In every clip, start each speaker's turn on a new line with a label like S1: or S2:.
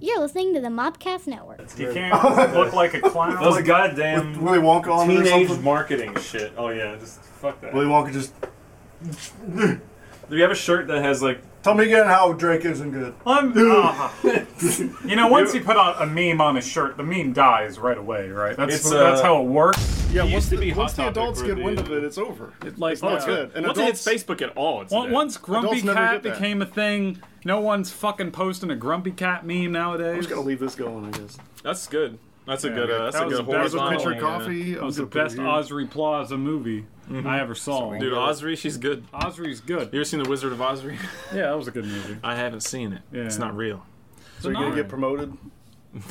S1: You're listening to the Mobcast Network.
S2: You can't look like a clown.
S3: Those
S2: Like
S3: goddamn
S4: Willy Wonka on it or
S3: teenage
S4: something.
S3: marketing shit. Oh yeah, just fuck that.
S4: Willy
S3: Do
S4: Wonka just
S3: you have a shirt that has like
S4: tell me again how Drake isn't good.
S2: I'm- ah. you know, once you put out a meme on a shirt, the meme dies right away, right? That's
S3: It's,
S2: that's
S3: uh,
S2: how it works.
S5: Yeah,
S6: used
S5: once,
S6: to
S5: the,
S6: be Hot
S5: once the
S6: Topic
S5: adults
S6: for
S5: get
S6: the-
S5: wind of it, Oh, it's over. It,
S6: Like,
S5: not
S6: yeah.
S5: good. And
S6: Once
S5: adults-
S6: it hits Facebook at all, it's
S2: Once-
S6: dead.
S2: Once Grumpy
S5: Adults never
S2: Cat
S5: get that.
S2: became a thing, no one's fucking posting a Grumpy Cat meme
S5: I'm
S2: nowadays.
S5: just gonna leave this going, I guess.
S6: That's good. That's a
S2: Yeah,
S6: good.
S2: that
S6: Uh, that's a
S2: was
S6: good
S2: the best
S5: Here's a
S6: horizontal.
S5: pitcher of
S6: yeah.
S5: coffee.
S2: That was the best Osri Plaza movie
S5: Mm-hmm.
S2: I ever saw.
S6: Dude, Osri, she's good.
S2: Osri's
S6: You
S2: good.
S6: ever seen The Wizard of Osri?
S2: Yeah, that was a good movie.
S6: I haven't seen it.
S2: Yeah.
S6: It's not real.
S5: So you're gonna
S2: Nah.
S5: get promoted.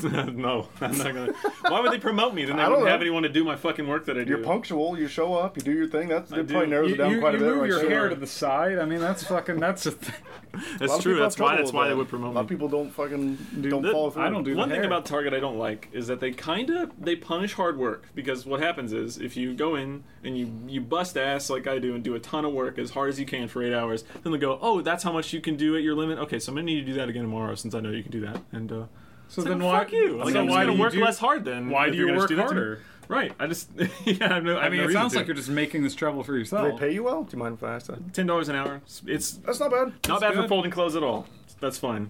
S6: no, I'm not gonna. Why would they promote me? Then they
S5: I don't
S6: wouldn't
S5: know.
S6: have anyone to do my fucking work that I do.
S5: You're punctual. You show up. You do your thing. That's that
S6: do.
S5: probably narrows
S2: You,
S5: it down
S2: you-
S5: quite a
S2: you
S5: bit.
S2: move
S5: right
S2: your
S5: there.
S2: hair to the side. I mean, that's fucking. That's a thing.
S5: A lot
S6: That's
S5: of
S6: true.
S5: people
S6: That's
S5: have
S6: why.
S5: trouble
S6: That's
S5: with
S6: why they
S5: that.
S6: would
S5: A lot
S6: promote
S5: of
S6: me.
S5: people don't fucking don't
S2: that-
S5: follow through.
S2: I don't do
S6: One thing
S2: hair.
S6: about Target I don't like is that they kind of they punish hard work because what happens is if you go in and you you bust ass like I do and do a ton of work as hard as you can for eight hours, then they go, oh, that's how much you can do at your limit. Okay, so I'm gonna need to do that again tomorrow since I know you can do that. And uh,
S2: So
S6: it's
S2: then
S6: like,
S2: why?
S6: fuck you? Like,
S2: so
S6: I'm just
S2: why
S6: gonna
S2: do
S6: work
S2: you do-
S6: less hard then.
S2: Why
S6: if
S2: do
S6: you're
S2: you
S6: gonna
S2: work
S6: do that to me.
S2: harder?
S6: Right. I just yeah. I, have no, I,
S2: I
S6: have
S2: mean,
S6: no
S2: it
S6: reason
S2: sounds
S6: to.
S2: like you're just making this trouble for
S5: They
S2: yourself.
S5: pay you well. Do you mind if I ask that?
S6: ten dollars an hour. It's- It's
S5: That's not bad.
S6: not bad for
S2: good.
S6: folding clothes at all. That's fine.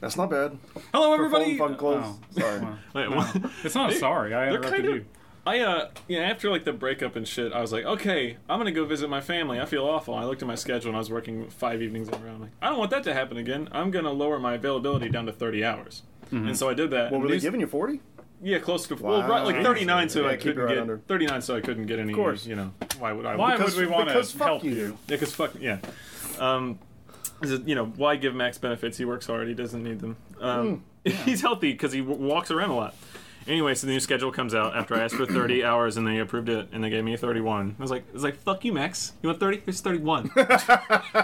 S5: That's not bad.
S6: Hello,
S5: For
S6: everybody.
S5: phone, phone clothes.
S2: Oh.
S5: Sorry.
S6: Wait, what?
S2: It's not sorry. I
S6: They're
S2: interrupted
S6: kind of.
S2: you.
S6: I uh, you know, after like the breakup and shit, I was like, okay, I'm gonna go visit my family. I feel awful. I looked at my schedule and I was working five evenings in a row. I'm like, I don't want that to happen again. I'm gonna lower my availability down to 30 hours. And so I did that.
S5: Well,
S6: And
S5: were they
S6: these-
S5: giving you forty?
S6: Yeah, close to well, right, like
S5: Wow.
S6: 39, so
S5: Yeah,
S6: I
S5: keep it
S6: couldn't
S5: right
S6: get
S5: under.
S6: 39, so I couldn't get any. Of
S5: course.
S6: you know, why would I?
S2: Why
S5: Because-
S2: would we want
S5: because
S2: to
S5: fuck
S2: help
S5: you.
S2: you?
S6: Yeah, because fuck yeah. Um, is it, you know why give Max benefits? He works hard. He doesn't need them.
S5: Hmm.
S6: Um, He's healthy because he w- walks around a lot. Anyway, so the new schedule comes out after I asked for 30 hours and they approved it and they gave me 31. I was like, I was like, fuck you, Max. You want 30? Here's 31.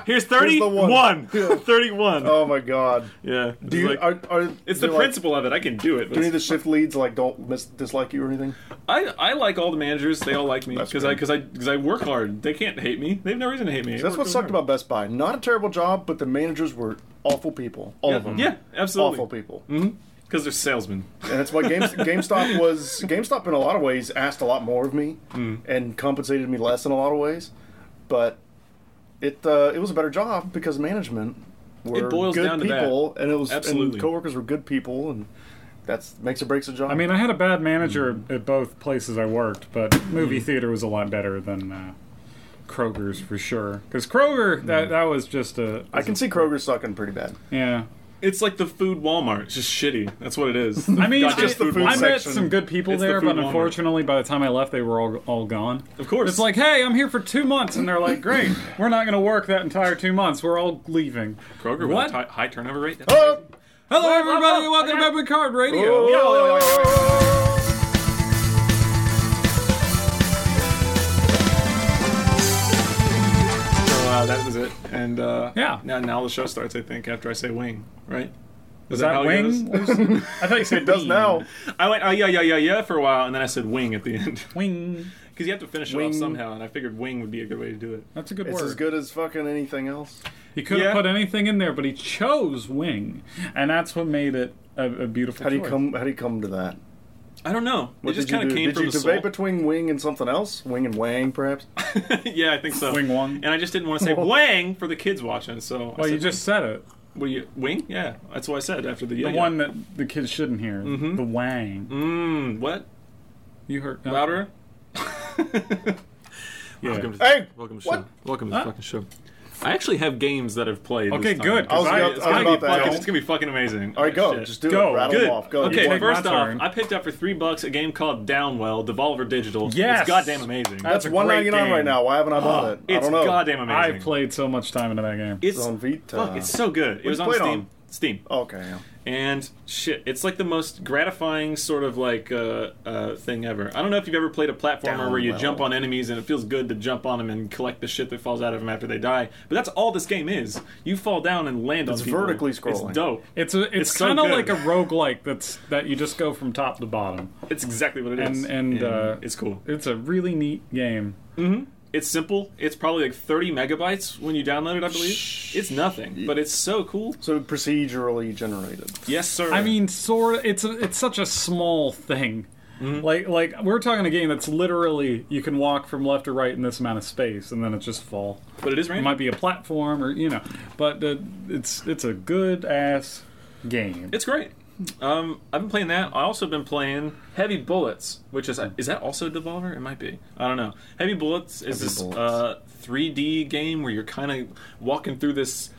S6: Here's 31.
S5: one.
S6: 31.
S5: Oh my god.
S6: yeah.
S5: Do you?
S6: like-
S5: are, are,
S6: it's the
S5: they're like-
S6: principle of it. I can do it. but
S5: Do any of the shift leads like don't mis- dislike you or anything?
S6: I, I like all the managers. They all like me because I
S5: good.
S6: because I because I work hard. They can't hate me. They have no reason to hate me. I
S5: That's
S6: work
S5: what
S6: really hard.
S5: sucked about Best Buy. Not a terrible job, but the managers were awful people. All of them.
S6: Yeah, absolutely.
S5: Awful people.
S6: Because they're salesmen.
S5: And that's why Games, GameStop was GameStop in a lot of ways asked a lot more of me
S6: Mm.
S5: and compensated me less in a lot of ways, but it uh, it was a better job because management were
S6: boils
S5: good
S6: down to that.
S5: people and it was
S6: Absolutely.
S5: and coworkers were good people and that's makes or breaks a job.
S2: I mean, I had a bad manager at both places I worked, but movie theater was a lot better than uh, Kroger's for sure. Because Kroger, that that was just a.
S5: I can see Kroger sucking pretty bad.
S2: Yeah.
S6: It's like the food Walmart. It's just shitty. That's what it is.
S2: I mean,
S6: Not
S2: I,
S6: just the food
S2: I met
S5: section.
S2: some good people
S6: It's the
S2: there,
S6: food
S2: but
S6: Walmart.
S2: unfortunately, by the time I left, they were all all gone.
S6: Of course.
S2: It's like, hey, I'm here for two months, and they're like, great, we're not going to work that entire two months. We're all leaving.
S6: Kroger
S2: What?
S6: with a high, high turnover rate.
S5: Oh!
S2: Hello, everybody. Welcome to Memory Card Radio.
S6: So uh, that was it. And uh,
S2: Yeah.
S6: now now the show starts. I think after I say wing, right? Is
S2: Is that
S6: how it
S2: wing?
S6: goes?
S2: I thought you said
S5: It does
S2: bean.
S5: now.
S6: I went oh yeah yeah yeah yeah for a while, and then I said wing at the end
S2: Wing.
S6: because you have to finish it
S5: Wing.
S6: off somehow, and I figured wing would be a good way to do it.
S2: That's a good
S5: It's
S2: word.
S5: as good as fucking anything else.
S2: He could have
S6: Yeah.
S2: put anything in there, but he chose wing, and that's what made it a, a beautiful.
S5: How do you
S2: choice.
S5: come? How do you come to that?
S6: I don't know.
S5: What
S6: it just
S5: did you
S6: kind of
S5: do?
S6: came
S5: Did
S6: from
S5: you
S6: the
S5: debate
S6: soul.
S5: between wing and something else? Wing and wang, perhaps.
S6: yeah, I think so.
S2: Wing Wong.
S6: And I just didn't want to say wang for the kids watching, so I
S2: Well,
S6: said,
S2: you just said it.
S6: what do you wing? Yeah, that's what I said after the,
S2: The
S6: yeah, Mm-hmm.
S2: one that the kids shouldn't hear. The wang.
S6: Yeah. Mm, what
S2: You heard
S6: louder?
S2: Yeah.
S6: Welcome to
S5: Hey,
S6: welcome to
S5: what?
S6: show. Welcome to the fucking show. I actually have games that I've played.
S2: Okay,
S6: this time.
S2: good. 'cause
S5: I was about-
S6: It's
S5: I was
S6: gonna, be
S5: about that.
S6: fucking, it's gonna be fucking amazing.
S5: All right, go.
S6: Shit.
S5: Just do
S2: Go.
S5: it. Rattle
S6: Good.
S5: them off. Go.
S6: Okay,
S2: Take my
S6: first off,
S2: turn.
S6: I picked up for three bucks a game called Downwell, Devolver Digital.
S2: Yes!
S6: it's goddamn amazing.
S2: That's
S5: That's
S2: a
S5: one
S2: great
S5: ninety nine
S2: game.
S5: right now. Why haven't I bought it? I
S6: Ah, it's
S5: don't know.
S6: goddamn
S2: I
S6: amazing.
S2: played so much time into that game.
S6: It's
S5: It's on Vita.
S6: Fuck, it's so good. It was
S5: you
S6: on
S5: play it
S6: Steam.
S5: on?
S6: Steam.
S5: Okay. yeah.
S6: And shit, it's like the most gratifying sort of like uh, uh, thing ever. I don't know if you've ever played a platformer where you
S5: Downwell.
S6: jump on enemies and it feels good to jump on them and collect the shit that falls out of them after they die. But that's all this game is. You fall down and land on
S5: It's
S6: people.
S5: vertically
S6: It's
S5: scrolling.
S6: dope.
S2: It's a, it's,
S6: It's so
S2: kind of
S6: good.
S2: like a roguelike that's that you just go from top to bottom.
S6: It's exactly what it is.
S2: And- and, uh,
S6: it's cool.
S2: It's a really neat game.
S6: It's simple. It's probably like 30 megabytes when you download it, I believe. It's nothing, but it's so cool.
S5: So procedurally generated.
S6: Yes, sir.
S2: I mean, sort. It's a, it's such a small thing.
S6: Mm-hmm.
S2: Like like we're talking a game that's literally you can walk from left to right in this amount of space, and then it just fall.
S6: but it is
S2: It
S6: random.
S2: might be a platform or you know, but uh, it's it's a good ass game.
S6: It's great. Um, I've been playing that. I also been playing Heavy Bullets, which is is that also Devolver? It might be. I don't know. Heavy Bullets is
S5: Heavy
S6: this
S5: Bullets.
S6: Uh, 3D game where you're kind of walking through this.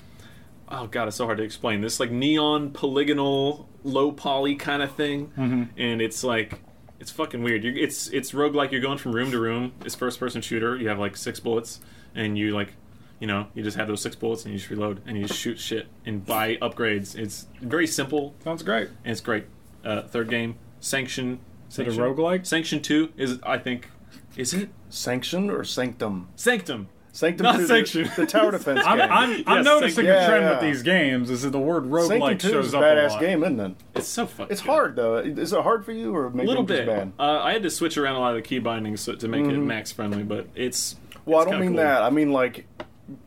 S6: Oh god, it's so hard to explain. This like neon polygonal, low poly kind of thing,
S5: Mm-hmm.
S6: and it's like it's fucking weird. You, it's it's roguelike. You're going from room to room. It's first person shooter. You have like six bullets, and you like, you know, you just have those six bullets and you just reload and you just shoot shit and buy upgrades. It's very simple
S2: Sounds great.
S6: and it's great. Uh, third game, Sanction.
S2: it a
S6: Sanction.
S2: roguelike?
S6: Sanction Two is, I think, is it
S5: Sanction or Sanctum?
S6: Sanctum?
S5: Sanctum
S6: Not
S5: 2, the-
S6: Sanction.
S5: The, tower defense
S2: I'm,
S5: game.
S2: I'm, I'm
S6: Yes,
S2: noticing
S5: Sanctum.
S2: a trend
S5: Yeah,
S2: with
S5: yeah.
S2: these games is that the word
S5: Sanctum
S2: roguelike
S5: 2 is
S2: shows
S5: a
S2: up a
S5: badass
S2: lot.
S5: game, isn't it?
S6: It's so fucking.
S5: It's
S6: good.
S5: hard though. Is it hard for you or maybe
S6: A little
S5: I'm just
S6: bit.
S5: bad? Mm-hmm.
S6: Uh, I had to switch around a lot of the key bindings so, to make it max friendly, but it's.
S5: Well,
S6: it's
S5: I
S6: kinda
S5: don't mean
S6: cool.
S5: that. I mean like,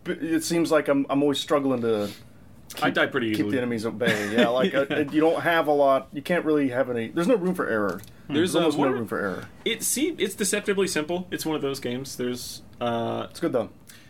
S5: b- it seems like I'm I'm always struggling to
S6: I die pretty
S5: keep the
S6: easily.
S5: enemies at bay. Yeah, like uh
S6: Yeah.
S5: you don't have a lot. You can't really have any. There's no room for error.
S6: There's
S5: There's almost
S6: uh,
S5: no
S6: what-
S5: room for error.
S6: It see, it's deceptively simple. It's one of those games. There's uh,
S5: It's good though,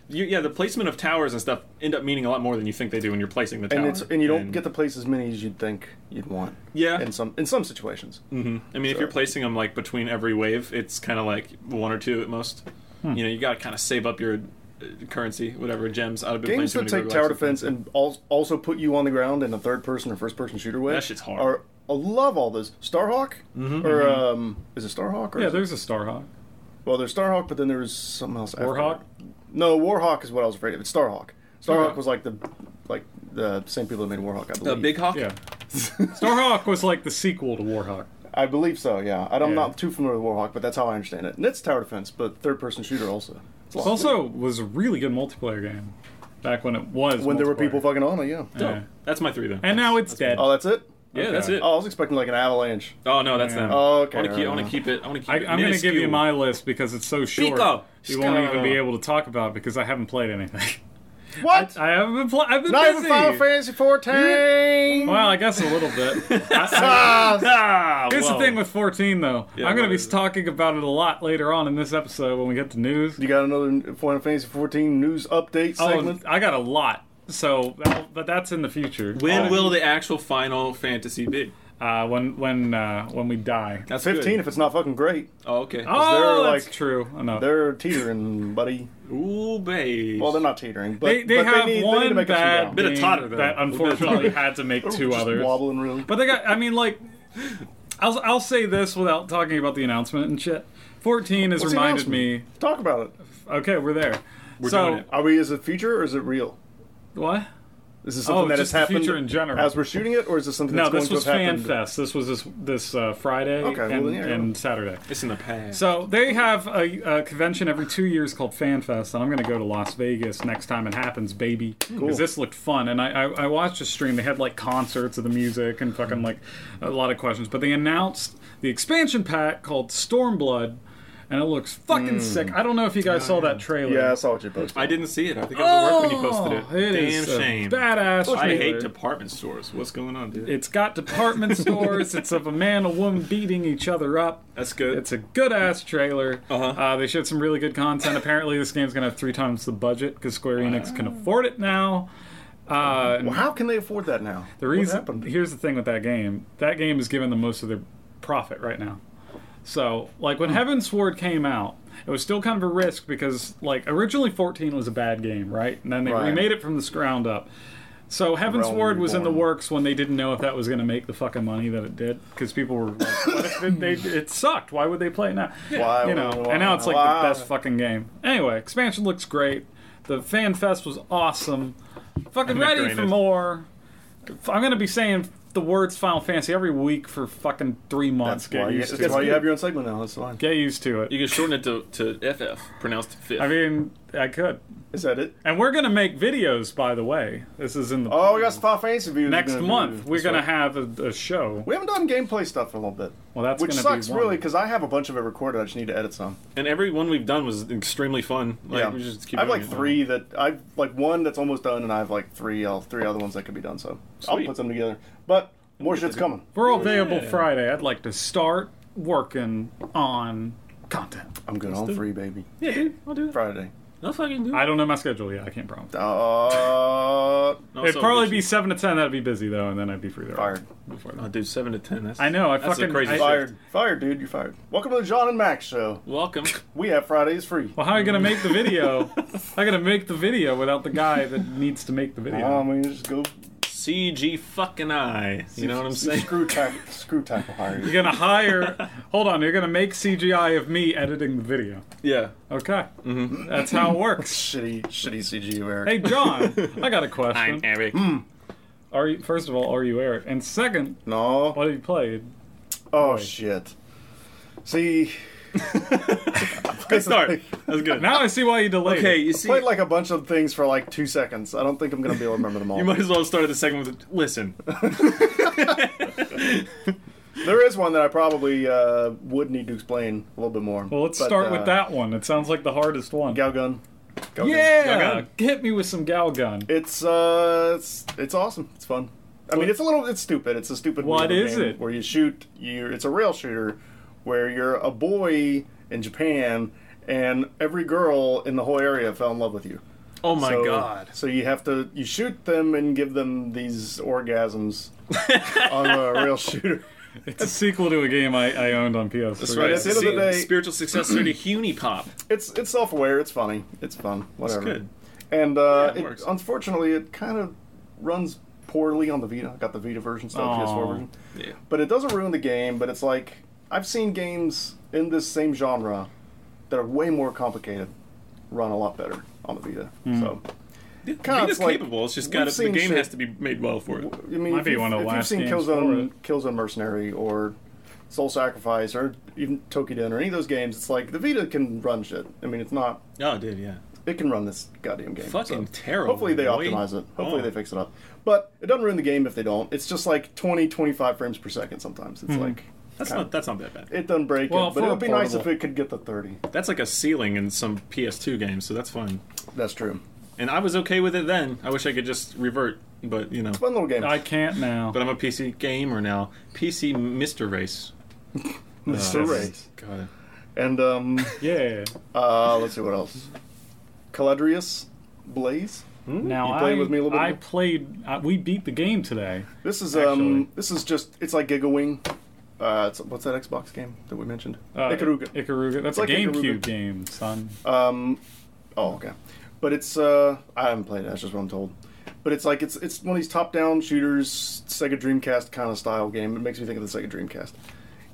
S6: you, yeah, the placement of towers and stuff end up meaning a lot more than you think they do when you're placing the tower.
S5: and it's and you don't get to place as many as you'd think you'd want.
S6: Yeah. Mm-hmm.
S5: in some in some situations.
S6: I mean, if you're placing them like between every wave, it's kind of like one or two at most.
S2: Hmm.
S6: You know, you got to kind of save up your uh, currency, whatever gems. I've been
S5: Games
S6: playing
S5: that
S6: too many roguelikes
S5: take tower
S6: and things.
S5: defense and al- also put you on the ground in a third person or first person shooter way.
S6: That shit's hard. Mm-hmm,
S5: Are, I love all those Starhawk or um, is it Starhawk? Or
S2: Yeah,
S5: is it-
S2: there's a Starhawk.
S5: well, there's Starhawk, but then there was something else. after
S2: Warhawk?
S5: that. No, Warhawk is what I was afraid of. It's Starhawk. Starhawk
S6: Okay.
S5: was like the like the same people that made Warhawk. I believe.
S6: Uh, Big Hawk.
S2: Yeah. Starhawk was like the sequel to Warhawk.
S5: I believe so. Yeah, I- I'm
S2: Yeah.
S5: not too familiar with Warhawk, but that's how I understand it. And it's tower defense, but third person shooter also. It's a
S2: It
S5: lot.
S2: also was a really good multiplayer game back when it was.
S5: when there were people
S2: multiplayer.
S5: fucking on it, yeah.
S6: Dope.
S2: Yeah.
S6: That's my three though.
S2: And now it's dead.
S5: Oh, that's it.
S6: yeah,
S2: okay.
S6: that's it.
S5: Oh, I was expecting like an avalanche.
S6: Oh no, that's them.
S5: Oh, okay,
S6: I want to keep. I
S5: right,
S6: want to
S5: right.
S6: keep it. I want to keep.
S2: I,
S6: it
S2: I'm going to give you
S6: minuscule.
S2: my list because it's so short.
S6: Pico.
S2: You won't even be
S6: Pico.
S2: able to talk about it because I haven't played anything.
S5: What?
S2: I haven't been playing. I've been
S5: Not even
S2: busy.
S5: Final Fantasy fourteen.
S2: Well, I guess a little bit. I- I-
S5: Ah,
S6: Ah,
S2: here's
S6: whoa.
S2: the thing with 14, though.
S6: Yeah,
S2: I'm going
S6: what
S2: to
S6: is
S2: be
S6: it?
S2: talking about it a lot later on in this episode when we get to news.
S5: you got another Final Fantasy fourteen news update
S2: Oh,
S5: segment.
S2: I got a lot. So, that'll- but that's in the future.
S6: When
S2: Uh,
S6: will the actual Final Fantasy be?
S2: uh, when when uh, when we die?
S6: That's
S5: Fifteen,
S6: good.
S5: if it's not fucking great,
S6: Oh, okay.
S2: Oh,
S5: they're,
S2: that's
S5: like-
S2: true. I know.
S5: they're teetering, buddy.
S6: Ooh, babe.
S5: Well, they're not teetering, but
S2: They, they
S5: but
S2: have
S5: need,
S2: one
S5: they need to make
S2: bad
S5: up some
S6: Bit
S5: ground.
S6: of
S2: game
S6: totter, though.
S2: that unfortunately had to make two
S5: Just
S2: others.
S5: wobbling really.
S2: But they got. I mean, like, I'll I'll say this without talking about the announcement and shit. Fourteen has
S5: What's the
S2: reminded me.
S5: announcement? Talk about it.
S2: Okay, we're there. so
S6: doing it.
S5: Are we? Is it future or is it real?
S2: what?
S5: Is this
S2: Oh,
S5: something that
S2: just
S5: has
S2: the
S5: happened
S2: future in general.
S5: as we're shooting it, or is this something
S2: no, this
S5: that's going
S2: was
S5: to have
S2: Fan
S5: happened?
S2: Fest. This was this this uh, Friday
S5: well,
S2: and,
S5: then, yeah, yeah.
S2: and Saturday.
S6: it's in the past.
S2: So they have a, a convention every two years called FanFest, and I'm going to go to Las Vegas next time it happens, baby. Because this looked fun, and I, I, I watched a stream. They had like concerts of the music and fucking
S6: Mm.
S2: like a lot of questions, but they announced the expansion pack called Stormblood, and it looks
S6: Mm.
S2: fucking sick. I don't know if you guys saw that trailer.
S5: Yeah, I saw what you posted.
S6: I didn't see it. I think I was at work when you posted it.
S2: Oh, it
S6: Damn
S2: is a
S6: shame.
S2: badass.
S6: I hate
S2: trailer.
S6: department stores. What's going on, dude?
S2: It's got department stores. it's of a man and a woman beating each other up.
S6: That's good.
S2: It's a good ass trailer.
S6: Uh-huh.
S2: Uh, they showed some really good content. Apparently, this game's gonna have three times the budget because Square Enix can afford it now. Uh, and
S5: Well, how can they afford that now?
S2: the reason
S5: what happened?
S2: here's the thing with that game: that game is giving the most of their profit right now. So, like
S5: Hmm.
S2: when Heaven's Sword came out, it was still kind of a risk because, like, originally 14 was a bad game, right? And then they
S5: Right.
S2: remade it from the ground up. So Heaven's
S5: Realm
S2: Ward was in the
S5: Reborn.
S2: works when they didn't know if that was going to make the fucking money that it did because people were like, what if it, they, it sucked? Why would they play it now?
S5: Why
S2: you know,
S5: would-
S2: and now it's like
S5: why?
S2: the best fucking game. Anyway, expansion looks great. The fan fest was awesome. Fucking
S6: not
S2: ready
S6: great
S2: for
S6: at-
S2: more. I'm gonna be saying the words Final Fantasy every week for fucking three months.
S5: That's
S2: Get
S5: why, you,
S2: used to
S5: that's
S2: it.
S5: why you have your own segment now. That's fine.
S2: Get used to it.
S6: You can shorten it to, to FF, pronounced fifth.
S2: I mean, I could.
S5: Is that it?
S2: And we're gonna make videos, by the way. This is in the
S5: Oh, we got some Final Fantasy reviews. we're
S2: next
S5: gonna
S2: month.
S5: do.
S2: We're
S5: That's
S2: gonna
S5: right.
S2: have a, a show.
S5: We haven't done gameplay stuff for a little bit.
S2: Well, that's
S5: which
S2: gonna
S5: sucks
S2: be one.
S5: really because I have a bunch of it recorded. I just need to edit some.
S6: And every one we've done was extremely fun. Like,
S5: yeah,
S6: we just keep
S5: I have
S6: doing
S5: like
S6: it.
S5: three that I've like one that's almost done, and I have like three uh, three other ones that could be done. So I'll
S6: Sweet.
S5: put them together. But more shit's coming.
S2: We're all available Friday. I'd like to start working on content.
S5: I'm good on free, baby.
S6: Yeah, dude, I'll do it.
S5: Friday.
S6: I'll fucking do it.
S2: I don't know my schedule yet. I can't promise.
S5: Uh,
S2: It'd probably be seven to ten. That'd be busy though, and then I'd be free the
S5: fired,
S2: Before
S6: Oh,
S2: that.
S6: dude, seven to ten. That's
S2: I know. I
S6: That's a
S2: fucking
S6: crazy
S2: I-
S6: shift.
S5: fired, fired, dude. You're fired. Welcome to the John and Max show.
S6: Welcome.
S5: We have Fridays free.
S2: Well, how are you gonna make the video? how are you gonna make the video without the guy that needs to make the video?
S5: Um, we just go.
S6: CG fucking I. You know what I'm saying?
S5: Screw tackle, screw tackle hired.
S2: you're gonna hire. hold on. You're gonna make CGI of me editing the video.
S6: Yeah.
S2: Okay. Mm-hmm. That's how it works.
S5: Shitty, shitty CG, Eric.
S2: hey, John. I got a
S6: I'm
S2: question.
S6: Eric.
S5: Hmm.
S2: Are you, first of all, are you Eric? And second,
S5: No.
S2: what have you played?
S5: Oh shit. See,
S6: Good start. That's good.
S2: Now I see why you delayed.
S6: okay,
S2: it.
S6: you see,
S5: played like a bunch of things for like two seconds. I don't think I'm gonna be able to remember them all.
S6: you might as well start the segment with, listen.
S5: There is one that I probably uh, would need to explain a little bit more.
S2: Well, let's
S5: but,
S2: start
S5: uh,
S2: with that one. It sounds like the hardest one.
S5: Gal Gun. Gal Gun.
S2: yeah.
S6: Gal
S2: Hit me with some gal gun.
S5: It's uh, it's it's awesome. It's fun. I mean, it's a little, it's stupid. It's a stupid.
S2: What
S5: weirdo
S2: is
S5: game
S2: it?
S5: Where you shoot, you it's a rail shooter, where you're a boy in Japan, and every girl in the whole area fell in love with you.
S6: Oh my
S5: So-
S6: god.
S5: So you have to you shoot them and give them these orgasms on a rail shooter.
S2: It's a sequel to a game I, I owned on PS3.
S5: right. At the end of the
S6: See,
S5: day-
S6: spiritual successor to Hunipop.
S5: It's it's self aware. It's funny. It's fun. Whatever.
S6: good.
S5: And uh,
S6: Yeah, it
S5: it
S6: works.
S5: unfortunately, it kind of runs poorly on the Vita. I got the Vita version, so
S2: Aw.
S5: PS4 version.
S6: Yeah.
S5: But it doesn't ruin the game. But it's like I've seen games in this same genre that are way more complicated run a lot better on the Vita.
S2: Hmm.
S5: So Kinda
S6: Vita's
S5: it's like-
S6: capable. It's just got
S5: we've
S6: to, the
S5: seen
S6: game
S5: shit-
S6: has to be made well for it.
S5: I mean,
S2: Might
S5: if
S2: be
S5: you've,
S2: one of the
S5: if
S2: last
S5: you've seen
S2: games
S5: Killzone, Killzone Mercenary or Soul Sacrifice or even Tokiden or any of those games, it's like the Vita can run shit. I mean, it's not
S6: Oh, dude, yeah.
S5: it can run this goddamn game.
S6: Fucking
S5: so.
S6: terrible,
S5: Hopefully they
S6: boy.
S5: optimize it. Hopefully
S6: Oh.
S5: they fix it up. But it doesn't ruin the game if they don't. It's just like 20, 25 frames per second sometimes. It's like
S6: That's
S5: kinda-
S6: not that's not that bad.
S5: it doesn't break
S2: Hmm. Well,
S5: it,
S2: for
S5: but it
S2: a
S5: would be nice if
S2: portable-
S5: it could get the 30.
S6: That's like a ceiling in some PS2 games, so that's fine.
S5: That's true.
S6: And I was okay with it then. I wish I could just revert, but you know.
S5: Fun little game.
S2: I can't now.
S6: But I'm a PC gamer now. PC Mr. Race. Uh,
S5: Mr. Race.
S6: God.
S5: And um,
S2: yeah.
S5: uh, let's see what else. Caledrius Blaze.
S2: Now
S5: You played
S2: I,
S5: with me a little bit?
S2: I played. Uh, we beat the game today.
S5: This is
S2: Actually.
S5: um, this is just it's like Gigawing. Uh, it's, what's that Xbox game that we mentioned?
S2: Uh,
S5: Ikaruga.
S2: Ikaruga. That's
S5: It's
S2: a
S5: like
S2: GameCube
S5: Ikaruga.
S2: game, son.
S5: Um, oh, okay. But it's uh, I haven't played it. That's just what I'm told. But it's like it's it's one of these top-down shooters, Sega Dreamcast kind of style game. It makes me think of the Sega Dreamcast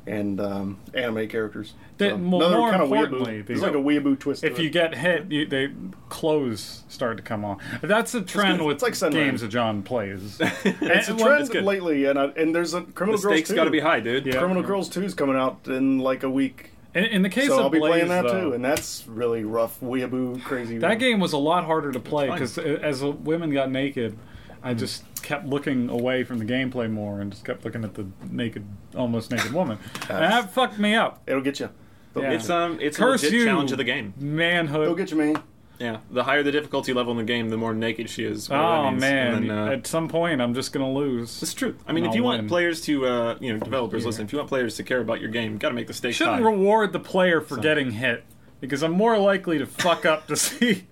S5: and um, anime characters.
S2: That- more-
S5: another
S2: more
S5: kinda
S2: importantly,
S5: weeaboo.
S2: the-
S5: It's like a weeaboo twist.
S2: If
S5: to
S2: you
S5: it.
S2: get hit, you, they clothes start to come on. That's a trend
S5: good.
S2: with
S5: It's like Sunrise.
S2: games that John plays. it's
S5: it's a
S6: it's
S5: trend
S6: good.
S5: lately, and I, and there's a Criminal
S6: The
S5: Girls
S6: stakes
S5: 2.
S6: got to be high, dude.
S2: Yeah.
S5: Criminal Girls 2 is coming out in like a week,
S2: In, in the case
S5: so
S2: of
S5: I'll be
S2: Blaze,
S5: playing that
S2: though,
S5: too. And that's really rough, weeaboo, crazy.
S2: That game was a lot harder to play
S6: fine.
S2: because as the women got naked,
S5: Mm-hmm.
S2: I just kept looking away from the gameplay more and just kept looking at the naked, almost naked woman. and that fucked me up.
S5: It'll get you. It'll
S2: Yeah.
S5: get
S6: It's um it's
S2: Curse
S6: a legit
S2: you.
S6: challenge of the game.
S5: you. It'll
S2: Manhood.
S5: get you, man.
S6: Yeah. The higher the difficulty level in the game, the more naked she is. whatever that
S2: Oh
S6: means.
S2: man!
S6: And then, uh,
S2: At some point, I'm just gonna lose.
S6: It's true. I mean,
S2: And
S6: if you
S2: I'll
S6: want
S2: win.
S6: players to, uh, you know, developers, listen, if you want players to care about your game, you got to make the stakes
S2: Shouldn't
S6: high.
S2: reward the player for getting hit because I'm more likely to fuck up to see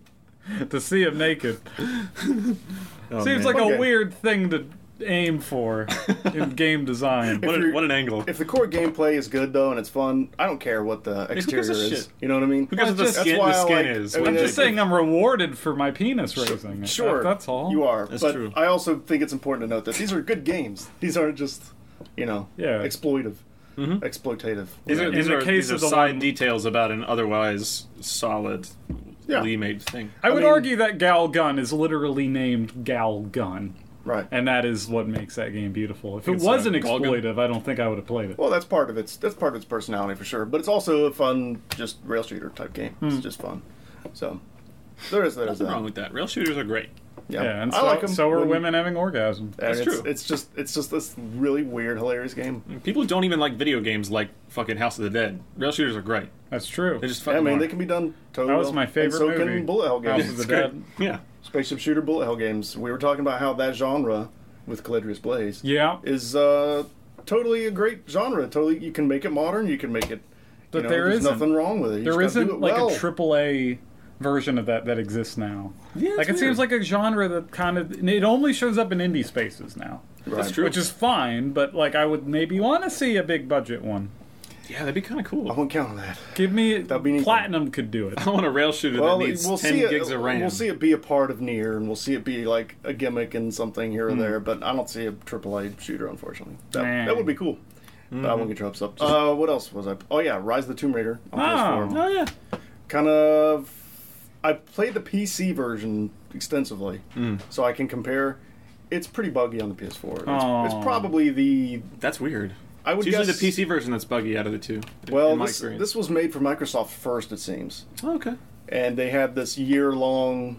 S2: to see him naked.
S6: Um, Oh,
S2: Seems like
S5: Okay.
S2: a weird thing to aim for in game design.
S6: what, an,
S5: you're-
S6: what an angle.
S5: If the core gameplay is good though and it's fun, I don't care what the exterior
S6: gives a
S5: is.
S6: shit?
S5: You know what I mean?
S6: Who cares what the
S2: That's
S6: skin,
S5: why
S6: the
S5: I
S6: skin
S5: like-
S6: is?
S5: I mean,
S2: I'm
S5: Yeah,
S2: just
S5: yeah.
S2: saying I'm rewarded for my penis raising.
S5: Sure,
S2: That- that's all.
S5: You are.
S6: That's
S5: but
S6: true.
S5: I also think it's important to note that these are good games. These aren't just, you know,
S2: Yeah.
S5: exploitative,
S6: Mm-hmm.
S5: exploitative.
S6: These are,
S2: in
S6: these
S2: the
S6: are-
S2: case
S6: these are
S2: of the
S6: side
S2: one-
S6: details about an otherwise solid,
S5: Yeah.
S6: made thing.
S2: I would
S5: mean-
S2: argue that Gal Gun is literally named Gal Gun,
S5: right.
S2: and that is what makes that game beautiful. If it
S6: it's,
S2: wasn't
S6: uh, Gal Gun.
S2: exploitive, I don't think I would have played it.
S5: well, that's part of its that's part of its personality for sure. But it's also a fun, just rail shooter type game. It's just fun. So, There is, there is
S6: What's Hmm. wrong
S5: that.
S6: with that? Rail shooters are great.
S5: Yeah,
S2: Yeah, and
S5: I
S2: so,
S5: like 'em
S2: so are
S5: when-
S2: women having orgasms.
S5: and
S6: That's
S5: it's,
S6: true.
S5: It's just, it's just this really weird, hilarious game.
S6: People who don't even like video games like fucking House of the Dead. Rail shooters are great.
S2: That's true.
S6: They just
S5: Yeah,
S6: fucking.
S5: I mean,
S6: are.
S5: they can be done totally.
S2: That was
S5: well.
S2: my favorite
S5: And so
S2: movie.
S5: can bullet hell
S2: House
S5: games,
S2: of the
S6: It's great.
S2: Dead.
S6: Yeah.
S5: spaceship shooter bullet hell games. We were talking about how that genre with Calidrius Blaze
S2: Yeah,
S5: is uh, totally a great genre. Totally, you can make it modern. You can make it.
S2: But
S5: you know,
S2: there
S5: there's
S2: isn't.
S5: nothing wrong with it. You
S2: there
S5: just gotta do
S2: isn't
S5: it
S2: like
S5: well.
S2: a triple A version of that that exists now.
S6: Yeah, it's
S2: like it
S6: weird.
S2: seems like a genre that kind of and it only shows up in indie spaces now,
S6: That's
S5: Right.
S6: true.
S2: which is fine. But like, I would maybe want to see a big budget one.
S6: yeah, that'd be kind of cool.
S5: I won't count on that.
S2: Give me
S5: be neat.
S2: platinum could do it.
S6: I want a rail shooter
S5: Well,
S6: that needs
S5: we'll
S6: 10
S5: see it.
S6: gigs of RAM.
S5: We'll see it be a part of near, and we'll see it be like a gimmick and something here or
S6: Hmm.
S5: there. But I don't see a AAA shooter, unfortunately. That, that would be cool.
S6: Hmm.
S5: But I won't get your hopes up. Uh, what else was I? Oh yeah, Rise of the Tomb Raider. On
S2: Oh.
S5: PS4.
S6: Oh, yeah.
S5: Kind of. I played the PC version extensively,
S6: Hmm.
S5: so I can compare. It's pretty buggy on the PS4. It's,
S2: Aw.
S5: it's probably the
S6: That's weird.
S5: I would
S6: It's usually
S5: guess-
S6: the PC version that's buggy out of the two. in-
S5: well.
S6: in my
S5: This,
S6: experience.
S5: this was made for Microsoft first, it seems.
S6: Oh, okay.
S5: and they had this year long